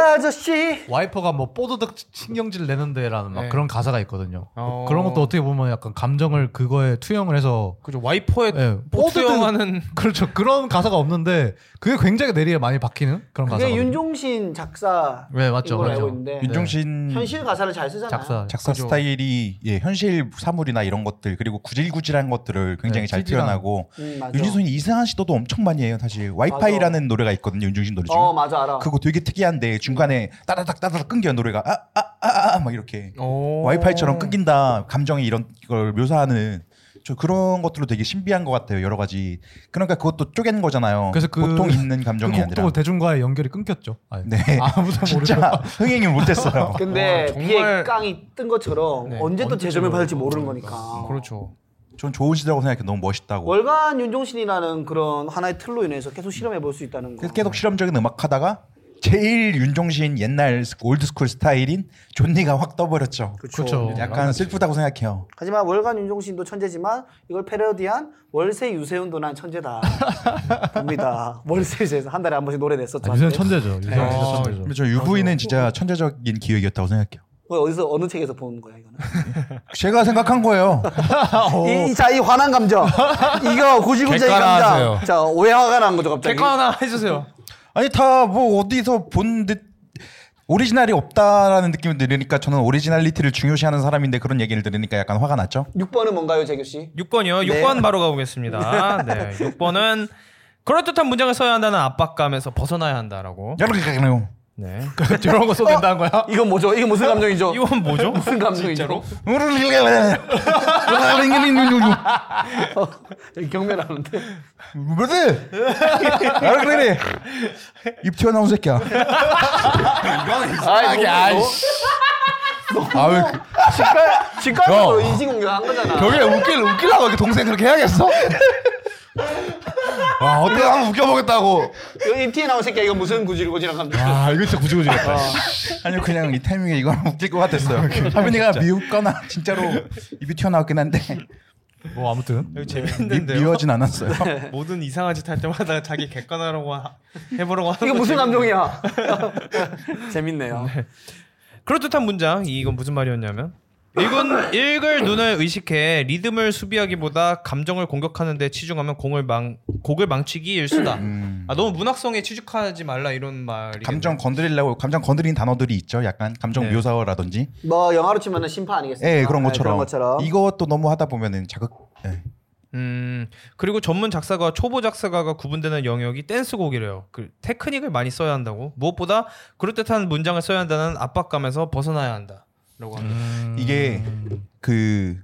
[SPEAKER 1] 아저씨
[SPEAKER 3] 와이퍼가 뭐 뽀드득 신경질 내는데라는 막
[SPEAKER 6] 네.
[SPEAKER 3] 그런 가사가 있거든요.
[SPEAKER 6] 어.
[SPEAKER 3] 그런 것도 어떻게 보면 약간 감정을 그거에 투영을 해서
[SPEAKER 6] 그죠. 와이퍼의
[SPEAKER 3] 예,
[SPEAKER 6] 보드
[SPEAKER 3] 뽀드득-
[SPEAKER 6] 영화는
[SPEAKER 3] 그렇죠. 그런 가사가 없는데 그게 굉장히 내리에 많이 박히는 그런 가사.
[SPEAKER 1] 그게 윤종신 작사
[SPEAKER 3] 네, 맞죠,
[SPEAKER 1] 이걸
[SPEAKER 3] 맞죠.
[SPEAKER 1] 알고 있는데
[SPEAKER 2] 윤종신
[SPEAKER 1] 현실 가사를 잘 쓰잖아요.
[SPEAKER 3] 작사.
[SPEAKER 2] 음. 작사 스타일이 예, 현실 사물이나 이런 것들 그리고 구질구질한 것들을 굉장히
[SPEAKER 3] 네,
[SPEAKER 2] 잘
[SPEAKER 3] 찌질한.
[SPEAKER 2] 표현하고
[SPEAKER 1] 음, 맞아.
[SPEAKER 2] 윤종신이 이상한 시도도 엄청 많이 해요. 사실 와이파이라는 노래가 있거든요. 윤종신 노래 중에.
[SPEAKER 1] 어 맞아 알아.
[SPEAKER 2] 그거 되게 특이한데 중간에 따다닥 따다닥 끊겨 노래가 아 아 아 아 막 이렇게 와이파이처럼 끊긴다 감정이 이런 걸 묘사하는 저 그런 것들로 되게 신비한 것 같아요 여러 가지 그러니까 그것도 쪼갠 거잖아요
[SPEAKER 3] 그래서 그-
[SPEAKER 2] 보통 있는
[SPEAKER 3] 그
[SPEAKER 2] 감정이 아니라
[SPEAKER 3] 곡도 대중과의 연결이 끊겼죠. 아예.
[SPEAKER 2] 네.
[SPEAKER 3] 아무도
[SPEAKER 2] 진짜
[SPEAKER 3] 모르고.
[SPEAKER 2] 흥행을 못했어요
[SPEAKER 1] 근데
[SPEAKER 6] 와, 정말-
[SPEAKER 1] 비에 깡이 뜬 것처럼
[SPEAKER 6] 네,
[SPEAKER 1] 언제 또
[SPEAKER 6] 언제
[SPEAKER 1] 재점을
[SPEAKER 6] 저걸-
[SPEAKER 1] 받을지 모르는 거니까.
[SPEAKER 6] 그렇죠.
[SPEAKER 2] 전 좋은 시대라고 생각해 너무 멋있다고
[SPEAKER 1] 월간 윤종신이라는 그런 하나의 틀로 인해서 계속 실험해 볼 수 있다는 거.
[SPEAKER 2] 그래서 계속 실험적인 음악 하다가 제일 윤종신 옛날 스- 올드스쿨 스타일인 존니가 확 떠버렸죠
[SPEAKER 3] 그렇죠.
[SPEAKER 2] 약간 슬프다고 생각해요
[SPEAKER 1] 하지만 월간 윤종신도 천재지만 이걸 패러디한 월세 유세훈도 난 천재다. 봅니다. 월세 유세에서 한 달에 한 번씩 노래 냈었죠.
[SPEAKER 3] 아, 유세는 천재죠. 유세는
[SPEAKER 2] 네.
[SPEAKER 6] 아,
[SPEAKER 3] 진짜 천재죠. 그렇죠.
[SPEAKER 2] 근데 저 UV는 진짜 천재적인 기획이었다고 생각해요
[SPEAKER 1] 그거 어디서 어느 책에서 본 거야 이거는?
[SPEAKER 2] 제가 생각한 거예요
[SPEAKER 1] 이, 자, 이 화난 감정. 이거 구지구지의 감정.
[SPEAKER 7] 객관화하세요.
[SPEAKER 1] 자, 왜 화가 난 거죠 갑자기?
[SPEAKER 6] 객관 하나 해주세요.
[SPEAKER 2] 아니 다 뭐 어디서 본 듯 오리지널이 없다라는 느낌을 들으니까 저는 오리지널리티를 중요시하는 사람인데 그런 얘기를 들으니까 약간 화가 났죠.
[SPEAKER 1] 6번은 뭔가요, 재규 씨?
[SPEAKER 6] 6번이요.
[SPEAKER 1] 네.
[SPEAKER 6] 6번 바로 가보겠습니다. 네. 6번은 그럴듯한 문장을 써야 한다는 압박감에서 벗어나야 한다라고.
[SPEAKER 2] 이렇게 가네요.
[SPEAKER 6] 네.
[SPEAKER 2] 그러니까
[SPEAKER 3] 저런 거 써도 된다는
[SPEAKER 2] 어.
[SPEAKER 3] 거야?
[SPEAKER 1] 이건 뭐죠? 이건 무슨 감정이죠?
[SPEAKER 6] 이건 뭐죠?
[SPEAKER 1] 무슨 감정이죠?
[SPEAKER 3] 그
[SPEAKER 1] 경멸하는데.
[SPEAKER 2] 뭐지? 나를 그래. 입 튀어나온 새끼야.
[SPEAKER 6] 아,
[SPEAKER 1] 아이,
[SPEAKER 6] 뭐?
[SPEAKER 1] 아이씨.
[SPEAKER 2] 아왜 그,
[SPEAKER 1] 직관적으로 인지공격한 거잖아.
[SPEAKER 2] 벽에 웃길 웃기려고 이렇게 동생 그렇게 해야겠어?
[SPEAKER 7] 아 어때 한번 웃겨보겠다고.
[SPEAKER 1] 여기 티에 나온 새끼야, 이거 무슨 구질구질한 감정.
[SPEAKER 7] 아 이거 진짜 구지구지겠다. 아,
[SPEAKER 2] 아니요 그냥 이 타이밍에 이거 웃길 것 같았어요. 하빈이가 미웃거나 진짜로 입이 튀어나왔긴 한데
[SPEAKER 3] 뭐 아무튼
[SPEAKER 6] 이거
[SPEAKER 2] 미,
[SPEAKER 6] 재밌는데요.
[SPEAKER 2] 미워진 않았어요.
[SPEAKER 6] 모든 이상한 짓 할 때마다 자기 객관화라고 하- 해보려고 하는
[SPEAKER 1] 이거
[SPEAKER 6] 거
[SPEAKER 1] 무슨
[SPEAKER 6] 재밌-
[SPEAKER 1] 감정이야? 재밌네요.
[SPEAKER 6] 그럴듯한 문장. 이건 무슨 말이었냐면 읽은 읽을 눈을 의식해 리듬을 수비하기보다 감정을 공격하는 데 치중하면 공을 망 곡을 망치기 일수다. 아 너무 문학성에 치중하지 말라 이런 말이
[SPEAKER 2] 음. 감정 건드리려고 감정 건드린 단어들이 있죠. 약간 감정
[SPEAKER 6] 네.
[SPEAKER 2] 묘사어라든지
[SPEAKER 1] 뭐 영화로 치면은 심파 아니겠습니까?
[SPEAKER 2] 예 그런
[SPEAKER 1] 네,
[SPEAKER 2] 것처럼.
[SPEAKER 1] 그런 것처럼.
[SPEAKER 2] 이것도 너무 하다 보면은 자극. 예.
[SPEAKER 6] 음 그리고 전문 작사가 초보 작사가가 구분되는 영역이 댄스곡이래요. 그 테크닉을 많이 써야 한다고 무엇보다 그럴듯한 문장을 써야 한다는 압박감에서 벗어나야 한다라고 합니다.
[SPEAKER 2] 이게
[SPEAKER 3] 음.
[SPEAKER 2] 그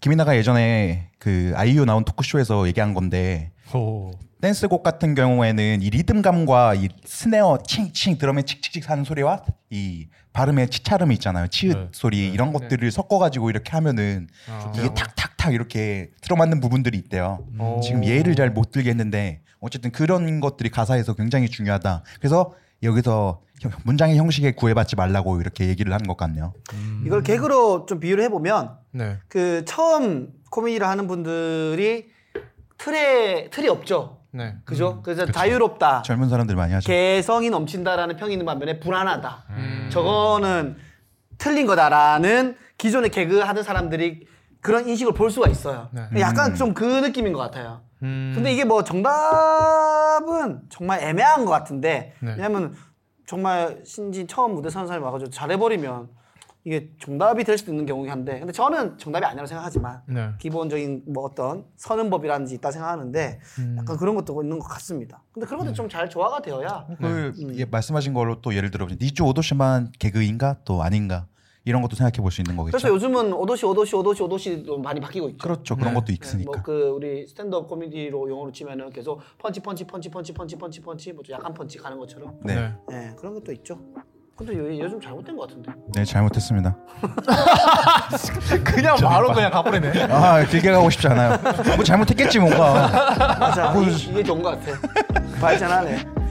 [SPEAKER 2] 김이나가 예전에 그 아이유 나온 토크쇼에서 얘기한 건데
[SPEAKER 3] 오.
[SPEAKER 2] 댄스곡 같은 경우에는 이 리듬감과 이 스네어 칭칭 드럼의 칙칙칙 하는 소리와 이 발음의 치차름이 있잖아요. 치읓
[SPEAKER 3] 네. 아,
[SPEAKER 2] 소리 이런 것들을 섞어가지고 이렇게 하면은 이게 탁탁탁 이렇게 들어맞는 부분들이 있대요.
[SPEAKER 3] 음.
[SPEAKER 2] 지금 예를 잘 못 들겠는데 어쨌든 그런 것들이 가사에서 굉장히 중요하다. 그래서 여기서 형- 문장의 형식에 구애받지 말라고 이렇게 얘기를 하는 것 같네요. 음.
[SPEAKER 1] 이걸 개그로 좀 비유를 해보면
[SPEAKER 6] 네.
[SPEAKER 1] 그 처음 코미디를 하는 분들이 틀에 틀이 없죠.
[SPEAKER 6] 네.
[SPEAKER 1] 그죠? 그래서 자유롭다.
[SPEAKER 2] 젊은 사람들 많이
[SPEAKER 3] 네.
[SPEAKER 1] 아.
[SPEAKER 2] 하죠.
[SPEAKER 1] 개성이 넘친다라는 평이 있는 반면에 불안하다. 저거는 틀린 거다라는 기존의 개그 하는 사람들이 그런 인식을 볼 수가 있어요. 약간 좀 그 느낌인 것 같아요.
[SPEAKER 6] 음.
[SPEAKER 1] 근데 이게 뭐 정답은 정말 애매한 것 같은데 왜냐면 정말 신진 처음 무대 서는 사람이 와가지고 잘해버리면 이게 정답이 될 수도 있는 경우긴 한데 근데 저는 정답이 아니라고 생각하지만
[SPEAKER 6] 네.
[SPEAKER 1] 기본적인 뭐 어떤 서는 법이라든지 있다 생각하는데 약간 그런 것도 있는 것 같습니다. 근데 그런 것도 좀 잘 조화가 되어야
[SPEAKER 2] 그
[SPEAKER 1] 음.
[SPEAKER 2] 예, 말씀하신 걸로 또 예를 들어 보면 니조 오도시만 개그인가 또 아닌가 이런 것도 생각해 볼 수 있는 거겠죠.
[SPEAKER 1] 그래서 요즘은 오도시 오도시 오도시 오도시 좀 많이 바뀌고 있죠.
[SPEAKER 2] 그렇죠. 그런 것도 있으니까.
[SPEAKER 1] 뭐그 우리 스탠드업 코미디로 용어로 치면은 계속 펀치 펀치 펀치 펀치 펀치 펀치 펀치 뭐좀 약간 펀치 가는 것처럼
[SPEAKER 2] 네. 네.
[SPEAKER 1] 예 그런 것도 있죠. 근데 요- 요즘 잘못된 것 같은데.
[SPEAKER 2] 네, 잘못했습니다.
[SPEAKER 3] 그냥
[SPEAKER 1] 그렇죠.
[SPEAKER 3] 바로 그냥 가버리네.
[SPEAKER 2] 아, 길게 가고 싶지 않아요. 뭐 잘못했겠지 뭔가.
[SPEAKER 1] 맞아. 이, 이게 좋은 것 같아. 발전하네.